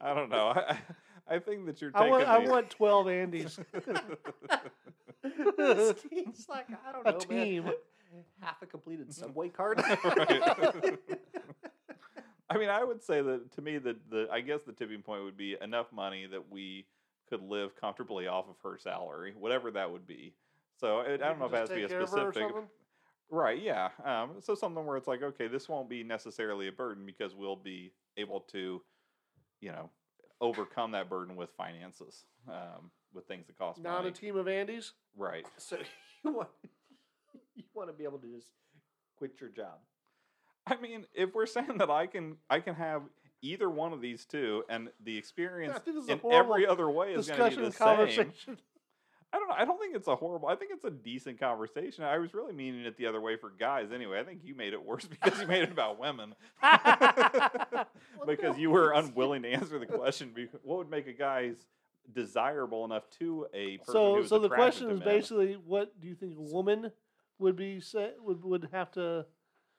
S2: I don't know. I, I think that you're
S3: I
S2: taking.
S3: want. I
S2: me-
S3: want twelve Andes.
S1: It's like I don't know,
S2: Oh,
S3: A
S1: man,
S3: team.
S1: half a completed subway card.
S2: Mm-hmm. Right. I mean, I would say that to me that the I guess the tipping point would be enough money that we could live comfortably off of her salary, whatever that would be. So it, I don't know if it has to be a specific, right? Yeah. Um, so something where it's like, okay, this won't be necessarily a burden because we'll be able to, you know, overcome that burden with finances, um, with things that cost
S3: Not
S2: money.
S3: a team of Andes.
S2: right.
S1: so you want you want to be able to just quit your job.
S2: I mean, if we're saying that I can I can have either one of these two, and the experience
S3: think this is a
S2: in
S3: horrible
S2: every other way is going to be
S3: Discussion
S2: the
S3: and
S2: same.
S3: conversation.
S2: I don't know. I don't think it's a horrible. I think it's a decent conversation. I was really meaning it the other way for guys. Anyway, I think you made it worse because you made it about women. because you were unwilling to answer the question. be- What would make a guy's desirable enough to a person
S3: So,
S2: who's
S3: so the
S2: attracted
S3: question
S2: to
S3: is
S2: men?
S3: basically, what do you think a woman would be say, would would have to?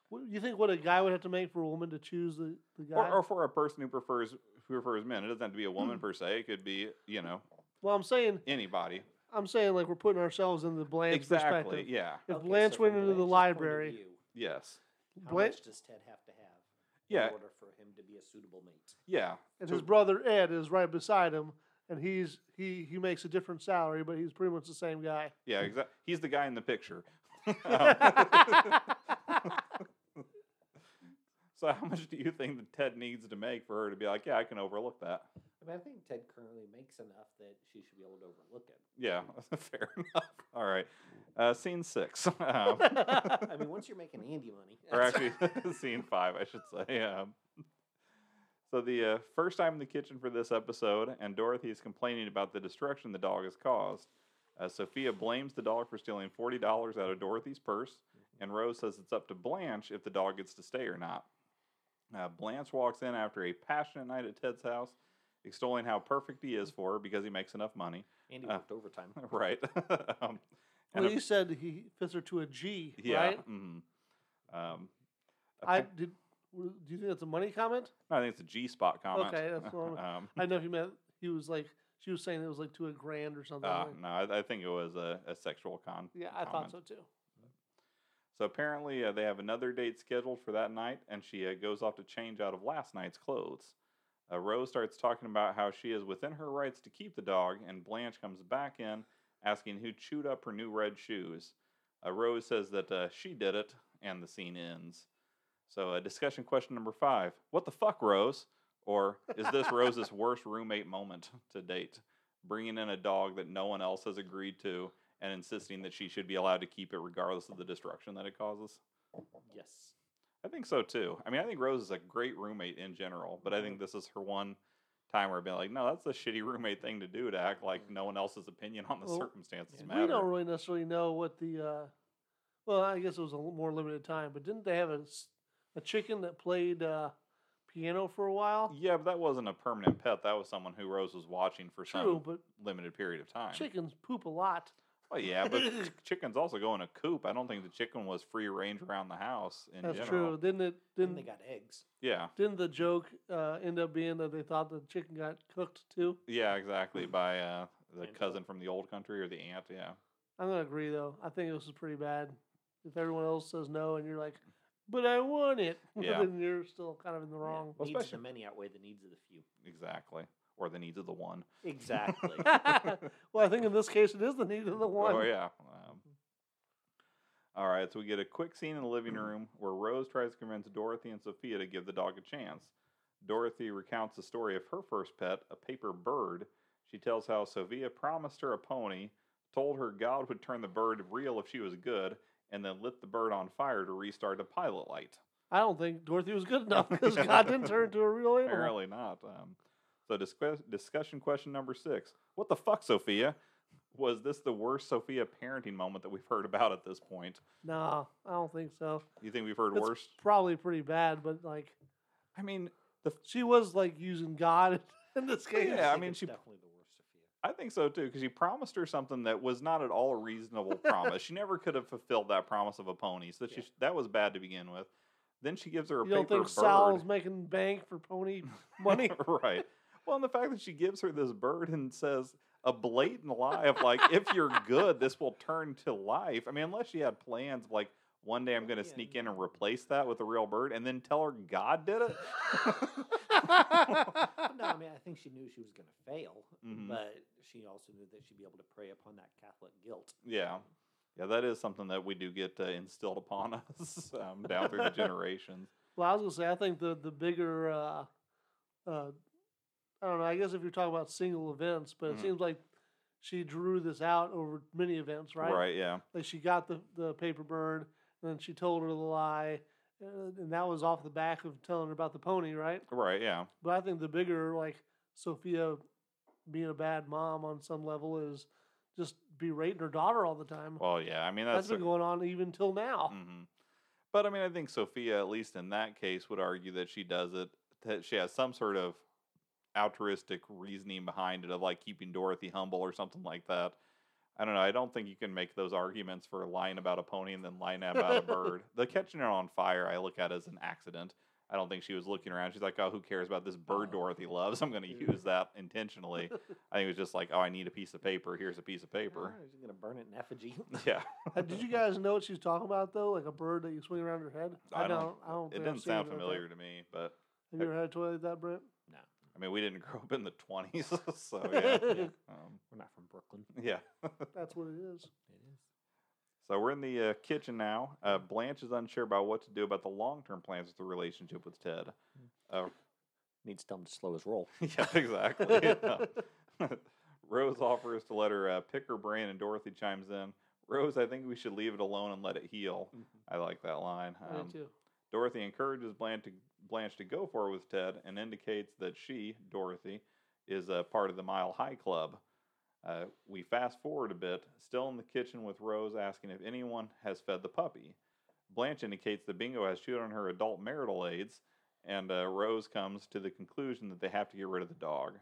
S3: What, you think what a guy would have to make for a woman to choose the, the guy?
S2: or, or for a person who prefers who prefers men. It doesn't have to be a woman per se. It could be you know
S3: well, I'm saying,
S2: anybody.
S3: I'm saying, like we're putting ourselves in the Blanche
S2: Exactly.
S3: perspective.
S2: Yeah.
S3: If
S1: Okay,
S3: Blanche
S1: so
S3: went
S1: from
S3: into the
S1: Blanche's point of
S3: library,
S1: view,
S2: Yes.
S1: how
S3: Blanche
S1: much does Ted have to have
S2: Yeah.
S1: in order for him to be a suitable mate?
S2: Yeah.
S3: and
S2: So-
S3: his brother Ed is right beside him, and he's he he makes a different salary, but he's pretty much the same guy.
S2: yeah. Exactly. He's the guy in the picture. so how much do you think that Ted needs to make for her to be like, yeah, I can overlook that?
S1: I mean, I think Ted currently makes enough that she should be able to overlook it.
S2: Yeah. Fair enough. All right. Uh, scene six. Um,
S1: I mean, once you're making Andy money,
S2: or actually scene five, I should say. Um, so the uh, first time in the kitchen for this episode, and Dorothy is complaining about the destruction the dog has caused. Uh, Sophia blames the dog for stealing forty dollars out of Dorothy's purse,
S3: Mm-hmm.
S2: and Rose says it's up to Blanche if the dog gets to stay or not. Uh, Blanche walks in after a passionate night at Ted's house, extolling how perfect he is for her because he makes enough money.
S1: Andy
S2: Uh,
S1: worked overtime.
S2: right. um, and
S3: Well,
S2: a-
S3: you said he fits her to a G,
S2: yeah.
S3: right?
S2: mhm. Um,
S3: I
S2: appa-
S3: did. Do you think that's a money comment?
S2: no, I think it's a G spot comment.
S3: Okay, that's what
S2: um,
S3: I know he meant he was like she was saying it was like to a grand or something.
S2: uh,
S3: like-
S2: no, I, I think it was a, a sexual con.
S3: yeah, I
S2: comment.
S3: thought so too.
S2: So apparently, uh, they have another date scheduled for that night, and she uh, goes off to change out of last night's clothes. Uh, Rose starts talking about how she is within her rights to keep the dog, and Blanche comes back in asking who chewed up her new red shoes. Uh, Rose says that uh, she did it, and the scene ends. So, uh, discussion question number five What the fuck, Rose? Or is this Rose's worst roommate moment to date? Bringing in a dog that no one else has agreed to and insisting that she should be allowed to keep it regardless of the destruction that it causes? oh.
S1: Yes.
S2: I think so too. I mean, I think Rose is a great roommate in general, but I think
S3: Mm-hmm.
S2: this is her one time where I've been like, no, that's a shitty roommate thing to do to act like no one else's opinion on the
S3: Mm-hmm. Well,
S2: circumstances
S1: yeah,
S2: matter.
S3: We don't really necessarily know what the. Uh, well, I guess it was a l- more limited time, but didn't they have a, s- a chicken that played uh, piano for a while?
S2: Yeah, but that wasn't a permanent pet. That was someone who Rose was watching for
S3: True, but
S2: some limited period of time.
S3: chickens poop a lot.
S2: Well, yeah, but chickens also go in a coop. I don't think the chicken was free range around the house in
S3: That's
S2: general.
S3: true. Didn't it?
S1: Then
S3: Didn't
S1: they got eggs.
S2: Yeah,
S3: Didn't the joke uh, end up being that they thought the chicken got cooked too?
S2: yeah, exactly. By uh, the
S1: Aunt.
S2: cousin from the old country or the aunt. Yeah.
S3: I'm gonna agree though. I think this is pretty bad. If everyone else says no and you're like, "But I want it,"
S2: Yeah.
S3: then you're still kind of in the wrong.
S2: Well,
S1: needs of the
S2: especially-
S1: many outweigh the needs of the few.
S2: Exactly. Or the needs of the one.
S1: Exactly.
S3: well, I think in this case it is the need of the one.
S2: Oh yeah. Um, all right, so we get a quick scene in the living room where Rose tries to convince Dorothy and Sophia to give the dog a chance. Dorothy recounts the story of her first pet, a paper bird. She tells how Sophia promised her a pony, told her God would turn the bird real if she was good, and then lit the bird on fire to restart the pilot light.
S3: I don't think Dorothy was good enough because God didn't turn into a real animal.
S2: Apparently not. Um, so discuss, discussion question number six: What the fuck, Sophia? Was this the worst Sophia parenting moment that we've heard about at this point?
S3: No, I don't think so.
S2: You think we've heard
S3: It's
S2: worse?
S3: Probably pretty bad, but like
S2: I mean,
S3: she was like using God in this case.
S2: Yeah, I
S1: think
S2: mean,
S1: it's
S2: she-
S1: definitely the worst Sophia.
S2: I think so too, because she promised her something that was not at all a reasonable promise. She never could have fulfilled that promise of a pony, so that,
S1: Yeah.
S2: she, that was bad to begin with. Then she gives her a
S3: You
S2: paper
S3: don't think
S2: bird.
S3: Sal's making bank for pony money?
S2: right. Well, and the fact that she gives her this bird and says a blatant lie of like, if you're good, this will turn to life. I mean, unless she had plans of like, one day I'm going to
S1: Yeah.
S2: sneak in and replace that with a real bird and then tell her God did it.
S1: No, I mean, I think she knew she was going to fail,
S2: Mhm.
S1: but she also knew that she'd be able to prey upon that Catholic guilt.
S2: Yeah. Yeah, that is something that we do get uh, instilled upon us um, down through the generations.
S3: Well, I was gonna say, I think the the bigger, uh, uh, I don't know. I guess if you're talking about single events, but
S2: Mhm.
S3: it seems like she drew this out over many events, right?
S2: yeah.
S3: Like she got the the paper bird, and then she told her the lie, uh, and, and that was off the back of telling her about the pony, right?
S2: Right, yeah.
S3: But I think the bigger, like Sophia being a bad mom on some level, is just berating her daughter all the time.
S2: Well, yeah. I mean, that's.
S3: That's been going on even till now.
S2: Mhm. But I mean, I think Sophia, at least in that case, would argue that she does it, that she has some sort of altruistic reasoning behind it of like keeping Dorothy humble or something like that. I don't know. I don't think you can make those arguments for lying about a pony and then lying about a bird. The catching it on fire, I look at as an accident. I don't think she was looking around. She's like, oh, who cares about this bird
S1: Oh.
S2: Dorothy loves? I'm going to
S1: Yeah.
S2: use that intentionally. I think it was just like, oh, I need a piece of paper. Here's a piece of paper.
S1: She's going to burn it in effigy.
S2: Yeah.
S3: Uh, Did you guys know what she's talking about though? Like a bird that you swing around your head?
S2: I don't-
S3: I don't.
S2: It
S3: think I've
S2: didn't
S3: seen
S2: sound
S3: like that.
S2: familiar to me, but
S3: Have you ever had a toy like that, Brent?
S1: no,
S2: I mean, we didn't grow up in the 20s, so yeah.
S1: Yeah.
S2: um,
S1: we're not from Brooklyn.
S2: yeah.
S3: That's what it is.
S1: It is.
S2: So we're in the uh, kitchen now. Uh, Blanche is unsure about what to do about the long term plans with the relationship with Ted.
S3: Hmm.
S2: Uh,
S1: Needs to tell him to slow his roll.
S2: yeah, exactly. Rose offers to let her uh, pick her brain, and Dorothy chimes in. Rose, I think we should leave it alone and let it heal. I like that line. Um,
S3: I do too.
S2: Dorothy encourages Blanche to, Blanche to go for it with Ted and indicates that she, Dorothy, is a part of the Mile High Club. Uh, we fast forward a bit, still in the kitchen with Rose asking if anyone has fed the puppy. Blanche indicates that Bingo has chewed on her adult marital aids, and uh, Rose comes to the conclusion that they have to get rid of the dog.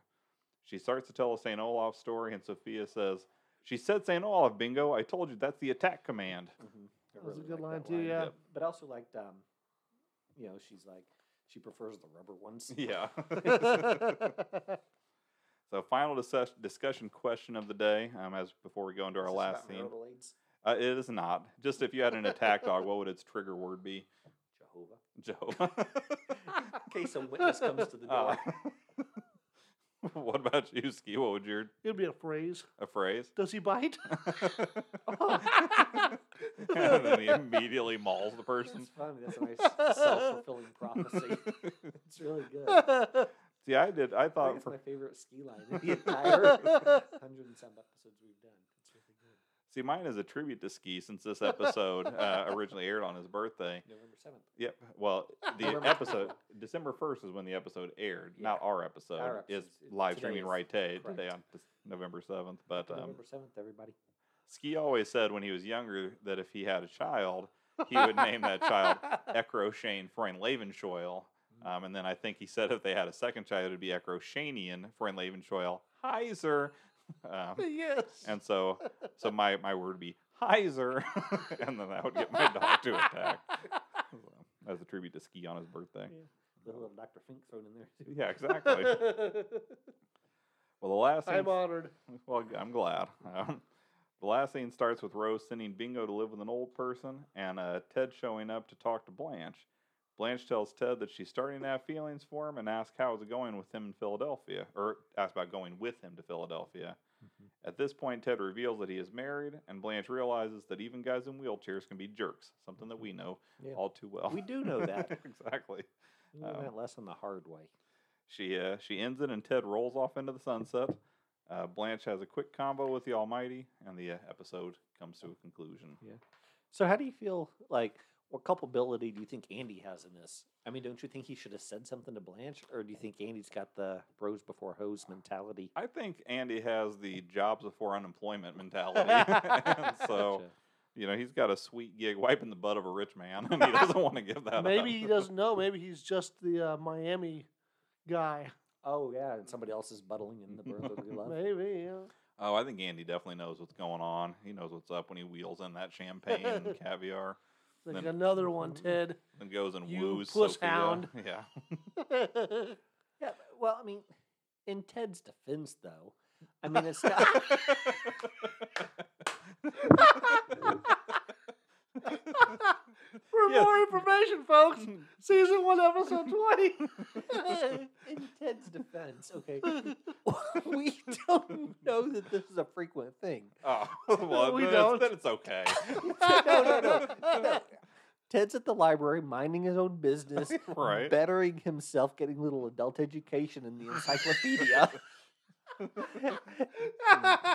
S2: She starts to tell a St. Olaf story, and Sophia says, She said St. Olaf, Bingo. I told you that's the attack command.
S1: That
S3: was a good line, too, yeah.
S1: But I also liked, um, you know, she's like, she prefers the rubber ones.
S2: Yeah.
S3: That's
S2: so, final discuss- discussion question of the day, um, as before we go into
S1: Is
S2: our
S1: this
S2: last
S1: about
S2: scene.
S1: marital aids?
S2: Uh, it is not. Just if you had an attack dog, what would its trigger word be?
S1: Jehovah.
S2: Jehovah.
S1: In case a witness comes to the
S2: Uh,
S1: door.
S2: what about you, Ski? What would your
S3: It'd be a phrase.
S2: a phrase?
S3: Does he bite?
S2: and then he immediately mauls the person.
S1: That's funny. That's a nice self fulfilling prophecy. It's really good. I think
S2: See, I did. I thought
S1: it's
S2: for
S1: my favorite ski line in the entire hundred and some episodes we've done. It's really good.
S2: see mine is a tribute to Ski since this episode uh, originally aired on his birthday.
S1: November seventh.
S2: Yep. Well, the
S1: Remember-
S2: episode December first is when the episode aired, not our episode.
S1: Our
S2: It's
S1: episodes. It-
S2: live
S1: today
S2: streaming
S1: is-
S2: right today, today
S1: correct.
S2: on Dec- November seventh. But um,
S1: November seventh, everybody.
S2: Ski always said when he was younger that if he had a child, he would name that child Ekro Shane Freund Levenschoil.
S1: Mm-hmm.
S2: Um, and then I think he said if they had a second child, it would be Ekro Shanian Freund Levenschoil Heiser. Um,
S3: yes.
S2: and so, so my, my word would be Heiser. and then I would get my dog to attack. So, as a tribute to Ski on his birthday.
S1: The little Dr. Fink thrown in there. too.
S2: Yeah, exactly. Well, the last thing
S3: I'm honored.
S2: Well, g- I'm glad. Um, the last scene starts with Rose sending Bingo to live with an old person and uh, Ted showing up to talk to Blanche. Blanche tells Ted that she's starting to have feelings for him and asks how it's going with him in Philadelphia, or asks about going with him to Philadelphia. At this point, Ted reveals that he is married, and Blanche realizes that even guys in wheelchairs can be jerks, something that we know
S1: Mm-hmm. Yeah.
S2: all too well.
S1: We do know that.
S2: exactly.
S1: We learned
S2: Um,
S1: that lesson the hard way.
S2: She uh, she ends it, and Ted rolls off into the sunset. Uh, Blanche has a quick combo with the Almighty, and the uh, episode comes to a conclusion.
S1: So, how do you feel like? What culpability do you think Andy has in this? I mean, don't you think he should have said something to Blanche, or do you think Andy's got the bros before hose mentality?
S2: I think Andy has the jobs before unemployment mentality, and so
S1: Gotcha.
S2: you know he's got a sweet gig wiping the butt of a rich man, and he doesn't want to give that.
S3: Maybe
S2: up.
S3: he doesn't know. Maybe he's just the uh, Miami guy.
S1: oh yeah, and somebody else is buttling in the brotherly love.
S3: Maybe. Yeah.
S2: Oh, I think Andy definitely knows what's going on. He knows what's up when he wheels in that champagne and caviar,
S3: Like
S2: Then-
S3: another one, Ted.
S2: and goes and
S3: You
S2: woos
S3: puss
S2: Sophia.
S3: hound.
S2: Yeah,
S1: Yeah, but- well, I mean, in Ted's defense, though, I mean, it's not.
S3: For
S2: Yes.
S3: more information, folks, season one, episode 20.
S1: in Ted's defense, okay, we don't know that this is a frequent thing.
S2: Oh, well,
S3: We
S2: then,
S3: don't.
S2: It's, then it's okay.
S1: no, no, no, no. Ted's at the library minding his own business,
S2: Right.
S1: bettering himself, getting little adult education in the encyclopedia.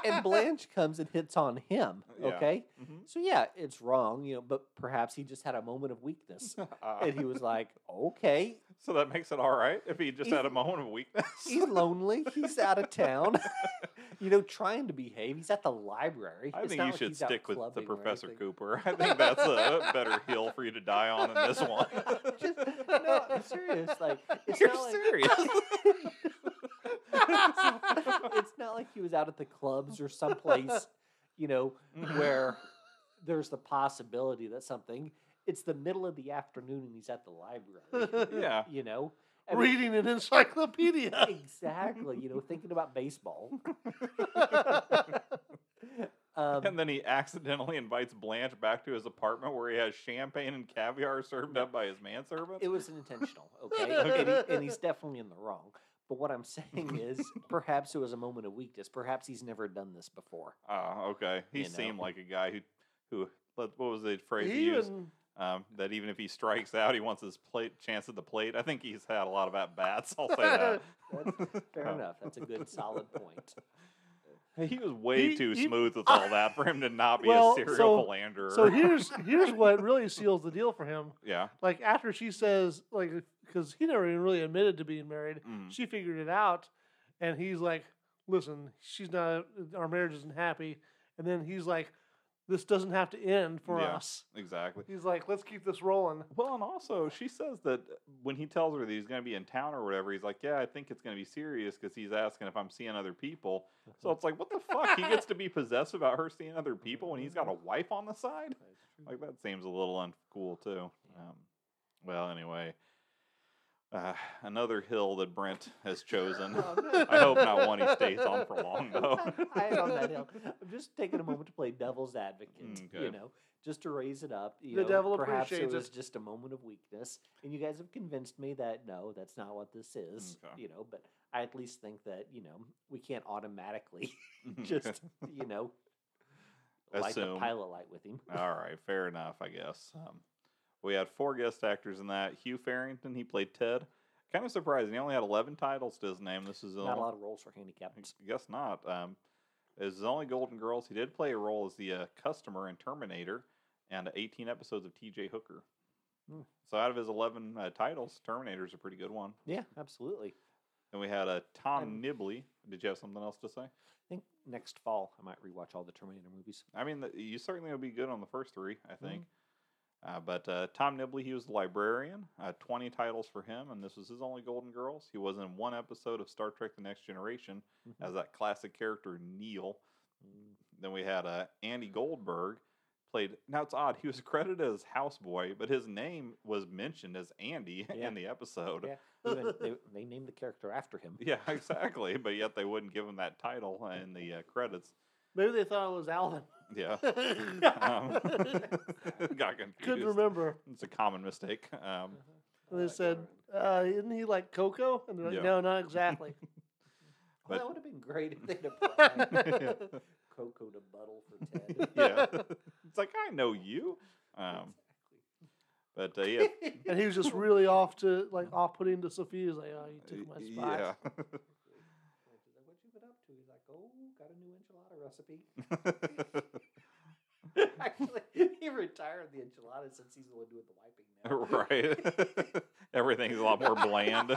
S1: and Blanche comes and hits on him,
S2: Yeah.
S1: okay?
S2: Mhm.
S1: So yeah, it's wrong, you know, but perhaps he just had a moment of weakness.
S2: Ah,
S1: and he was like, "Okay,
S2: so that makes it all right if he just
S1: He's-
S2: had a moment of weakness.
S1: he's lonely. He's out of town. you know, trying to behave. He's at the library.
S2: I
S1: It's
S2: think
S1: not
S2: you
S1: like
S2: should
S1: he's out
S2: stick with the
S1: clubbing or
S2: Professor
S1: anything.
S2: Cooper. I think that's a better hill for you to die on than this one.
S1: Just, no, I'm serious. Like, it's
S2: You're
S1: not like,
S2: serious.
S1: it's not like he was out at the clubs or someplace, you know,
S2: Mhm.
S1: where there's the possibility that something. It's the middle of the afternoon and he's at the library.
S2: yeah.
S1: You know, I mean,
S3: Reading an encyclopedia.
S1: exactly. You know, thinking about baseball. Um,
S2: And then he accidentally invites Blanche back to his apartment where he has champagne and caviar served up by his manservant.
S1: It was intentional, okay? and, he- and he's definitely in the wrong. But what I'm saying is, perhaps it was a moment of weakness. Perhaps he's never done this before.
S2: Ah, okay. He
S1: You know.
S2: seemed like a guy who, who, what what was the phrase he used?
S3: Even,
S2: um, that even if he strikes out, he wants his plate chance at the plate. I think he's had a lot of at bats. I'll say that.
S1: That's fair
S2: Oh.
S1: enough. That's a good, solid point.
S2: He was way
S3: He-
S2: too
S3: he-
S2: smooth with all that for him to not be
S3: Well,
S2: a serial
S3: so-
S2: philanderer.
S3: so here's here's what really seals the deal for him.
S2: yeah,
S3: Like after she says, like, because he never even really admitted to being married,
S2: Mm.
S3: she figured it out, and he's like, "Listen, she's not. Our marriage isn't happy." And then he's like, this doesn't have to end for
S2: Yeah.
S3: us.
S2: Exactly.
S3: He's like, let's keep this rolling.
S2: Well, and also she says that uh, when he tells her that he's going to be in town or whatever, he's like, "Yeah, I think it's going to be serious because he's asking if I'm seeing other people." So it's like, what the fuck? He gets to be possessed about her seeing other people when he's got a wife on the side. Like that seems a little uncool too. Um, well, anyway, uh, another hill that Brent has chosen. I hope not one he stays on for long though.
S1: I am on that hill. I'm just taking a moment to play devil's advocate,
S2: Mm, Okay.
S1: you know, just to raise it up. You
S3: The
S1: know,
S3: devil
S1: perhaps
S3: appreciates
S1: it was
S3: it.
S1: just a moment of weakness, and you guys have convinced me that no, that's not what this is,
S2: Okay.
S1: you know. But I at least think that you know we can't automatically just you know light the
S2: Assume.
S1: pilot light with him.
S2: All right, fair enough, I guess. Um, we had four guest actors in that. Hugh Farrington, he played Ted. Kind of surprising. He only had 11 titles to his name. This is the
S1: Not a
S2: only-
S1: lot of roles for handicapped.
S2: I guess not. Um, is his only Golden Girls. He did play a role as the uh, customer in Terminator and 18 episodes of TJ Hooker.
S1: Hmm.
S2: So out of his 11 uh, titles, Terminator's a pretty good one.
S1: Yeah, absolutely.
S2: And we had uh, Tom
S1: I'm-
S2: Nibley. Did you have something else to say?
S1: I think next fall I might rewatch all the Terminator movies.
S2: I mean, th- you certainly will be good on the first three, I
S1: Mm-hmm.
S2: think. Uh, but uh, Tom Nibley, he was the librarian. Uh, 20 titles for him, and this was his only Golden Girls. He was in one episode of Star Trek The Next Generation
S1: Mhm.
S2: as that classic character, Neil.
S1: Mm-hmm.
S2: Then we had uh, Andy Goldberg. Played now it's odd. He was credited as Houseboy, but his name was mentioned as Andy
S1: Yeah.
S2: in the episode.
S1: Yeah. Even they, they named the character after him.
S2: Yeah, exactly. but yet they wouldn't give him that title in the uh, credits.
S3: Maybe they thought it was Alvin.
S2: Yeah, um,
S3: Couldn't
S2: got confused.
S3: remember.
S2: It's a common mistake. Um,
S3: And they said, uh, isn't he like Coco? And they're like,
S2: Yeah.
S3: no, not exactly.
S1: Well,
S2: But-
S1: that would have been great if they'd have brought Coco to Buttle for Ted.
S2: yeah, it's like I know you. Um, but uh, yeah,
S3: and he was just really off to like off putting to Sophia. He's like, oh, you took my spot.
S2: yeah.
S1: what you been up to? He's like, oh, got a new enchilada recipe. Actually, he retired the enchilada since he's the one doing the wiping now.
S2: right. Everything's a lot more bland.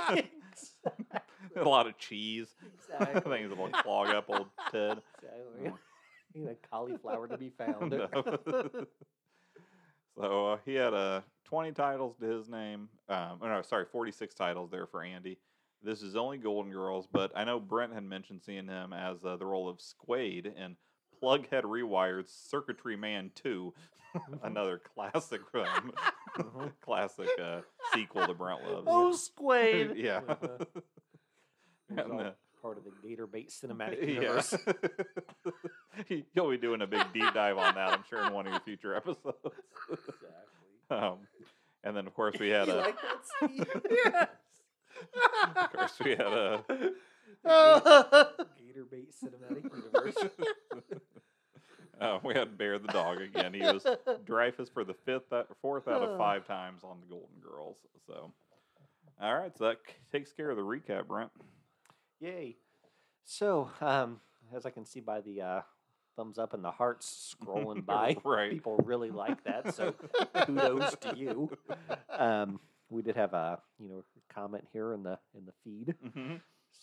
S2: a lot of cheese.
S1: exactly.
S2: Things will clog up old Ted.
S1: exactly. Ain't a cauliflower to be found.
S2: No. so uh, he had uh, 20 titles to his name. Um, or no, sorry, 46 titles there for Andy. This is only Golden Girls, but I know Brent had mentioned seeing him as uh, the role of Squade in Plughead Rewired's Circuitry Man 2,
S1: Mm-hmm.
S2: another classic um,
S1: Mhm.
S2: classic uh, sequel to Brent loves.
S3: Oh, Squade.
S2: yeah.
S1: Uh-huh. It was
S2: And,
S1: all
S2: uh,
S1: part of the Gator Bait cinematic
S2: Yeah.
S1: universe.
S2: He- He'll be doing a big deep dive on that, I'm sure, in one of your future episodes.
S1: Exactly.
S2: Um, and then, of course, we had
S1: you
S2: a,
S1: like that scene?
S3: Yes.
S2: of course, we had a,
S3: Oh.
S1: Gator bait cinematic universe.
S2: uh, we had Bear the dog again. He was Dreyfus for the fifth, uh, fourth out of
S3: Ugh.
S2: five times on the Golden Girls. So, all right, so that c- takes care of the recap, Brent.
S1: Yay! So, um, as I can see by the uh, thumbs up and the hearts scrolling by,
S2: right?
S1: people really like that. So, kudos to you. Um, we did have a you know comment here in the in the feed.
S2: hmm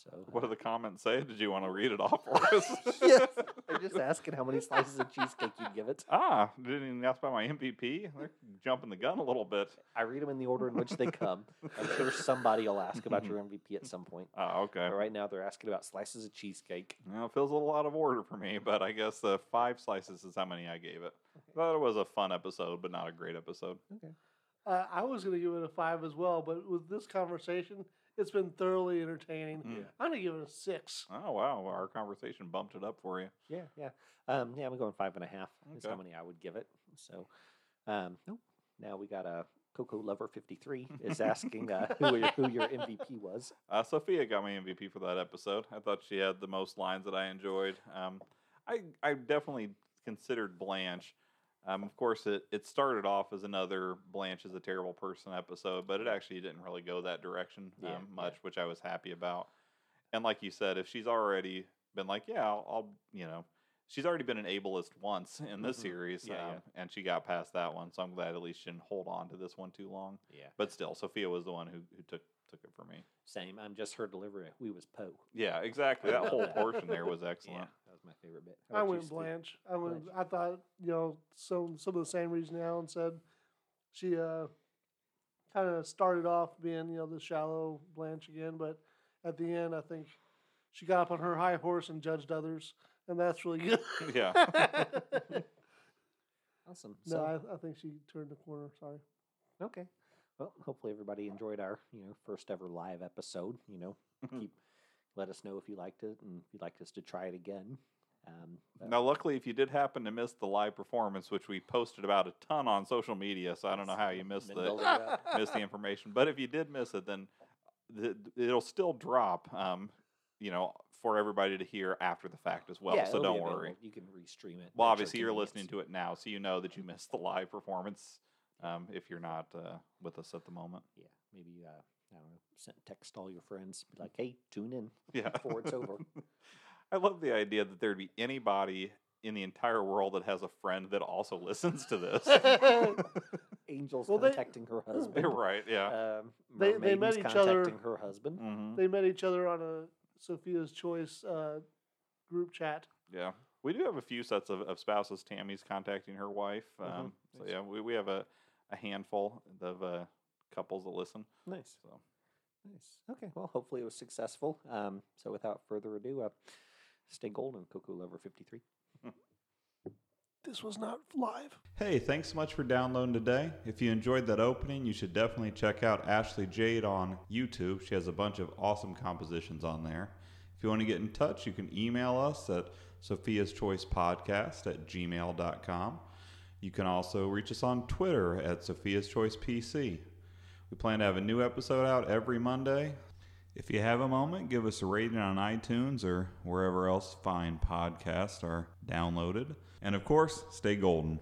S1: So,
S2: What do the comments say? Did you want to read it off for us?
S1: yes, I'm just asking how many slices of cheesecake you give it.
S2: Ah, didn't even ask about my MVP. They're jumping the gun a little bit.
S1: I read them in the order in which they come. I'm sure somebody will ask about your MVP at some point.
S2: Ah, okay.
S1: But right now, they're asking about slices of cheesecake.
S2: Well, it feels a little out of order for me, but I guess uh, five slices is how many I gave it. Thought it was a fun episode, but not a great episode.
S3: Uh, I was going to give it a five as well, but with this conversation, it's been thoroughly entertaining.
S2: Mm. Yeah.
S3: I'm going to give it a six.
S2: Oh wow, well, our conversation bumped it up for you.
S1: Yeah, yeah. Um, yeah, I'm going five and a half is how
S2: Okay.
S1: many I would give it. So um, nope. now we got a Coco Lover 53 is asking uh, who, your, who your MVP was.
S2: Uh, Sophia got my MVP for that episode. I thought she had the most lines that I enjoyed. Um, I I definitely considered Blanche. Um, of course, it, it started off as another Blanche is a terrible person episode, but it actually didn't really go that direction um,
S1: Yeah, yeah.
S2: much, which I was happy about. And like you said, if she's already been like, yeah, I'll, I'll you know, she's already been an ableist once in this
S1: Mhm.
S2: series,
S1: Yeah, yeah.
S2: um, and she got past that one, so I'm glad at least she didn't hold on to this one too long.
S1: Yeah.
S2: But still, Sophia was the one who, who took took it for me.
S1: Same. I'm just her delivery. We was Poe.
S2: Yeah, exactly. That whole
S1: Yeah.
S2: portion there was excellent.
S1: That was my favorite bit. How
S3: I
S1: about you,
S3: went
S1: Steve?
S3: Blanche. I went. I thought you know some some of the same reason Alan said. She uh, kind of started off being you know the shallow Blanche again, but at the end I think she got up on her high horse and judged others, and that's really good.
S2: yeah.
S1: Awesome.
S3: no,
S1: So,
S3: I, I think she turned the corner. Sorry.
S1: okay. Well, hopefully everybody enjoyed our you know first ever live episode. You know,
S2: Mm-hmm.
S1: keep let us know if you liked it and if you'd like us to try it again. Um, but-
S2: Now, luckily, if you did happen to miss the live performance, which we posted about a ton on social media, so I don't know how you missed
S1: Been building
S2: the
S1: it up.
S2: missed the information. But if you did miss it, then the, it'll still drop, um, you know, for everybody to hear after the fact as well.
S1: Yeah,
S2: so
S1: it'll
S2: don't
S1: be
S2: worry.
S1: available. You can restream it.
S2: Well, obviously, you're listening to it now, so you know that you missed the live performance. Um, if you're not uh, with us at the moment,
S1: Yeah, maybe uh, I don't know. Send, text all your friends. Be like, hey, tune in
S2: yeah.
S1: before it's over.
S2: I love the idea that there'd be anybody in the entire world that has a friend that also listens to this.
S1: Angels
S3: Well, they- uh,
S1: contacting her husband.
S2: You're right. Yeah.
S1: Um,
S3: They- they met
S1: mermaidens
S3: each other- Mm,
S1: contacting her husband.
S2: hmm
S3: They met each other on a Sophia's Choice uh, group chat.
S2: Yeah. We do have a few sets of, of spouses. Tammy's contacting her wife. Um,
S1: Mhm,
S2: So,
S1: nice.
S2: yeah, we, we have a, a handful of uh, couples that listen.
S1: Nice.
S2: So,
S1: Nice. Okay. Well, hopefully it was successful. Um, so without further ado, uh, stay golden, Cuckoo Lover 53.
S3: This was not live.
S2: Hey, thanks so much for downloading today. If you enjoyed that opening, you should definitely check out Ashley Jade on YouTube. She has a bunch of awesome compositions on there. If you want to get in touch, you can email us at Sophia's Choice Podcast at gmail.com. You can also reach us on Twitter at Sophia's Choice PC. We plan to have a new episode out every Monday. If you have a moment, give us a rating on iTunes or wherever else fine podcasts are downloaded. And of course, stay golden.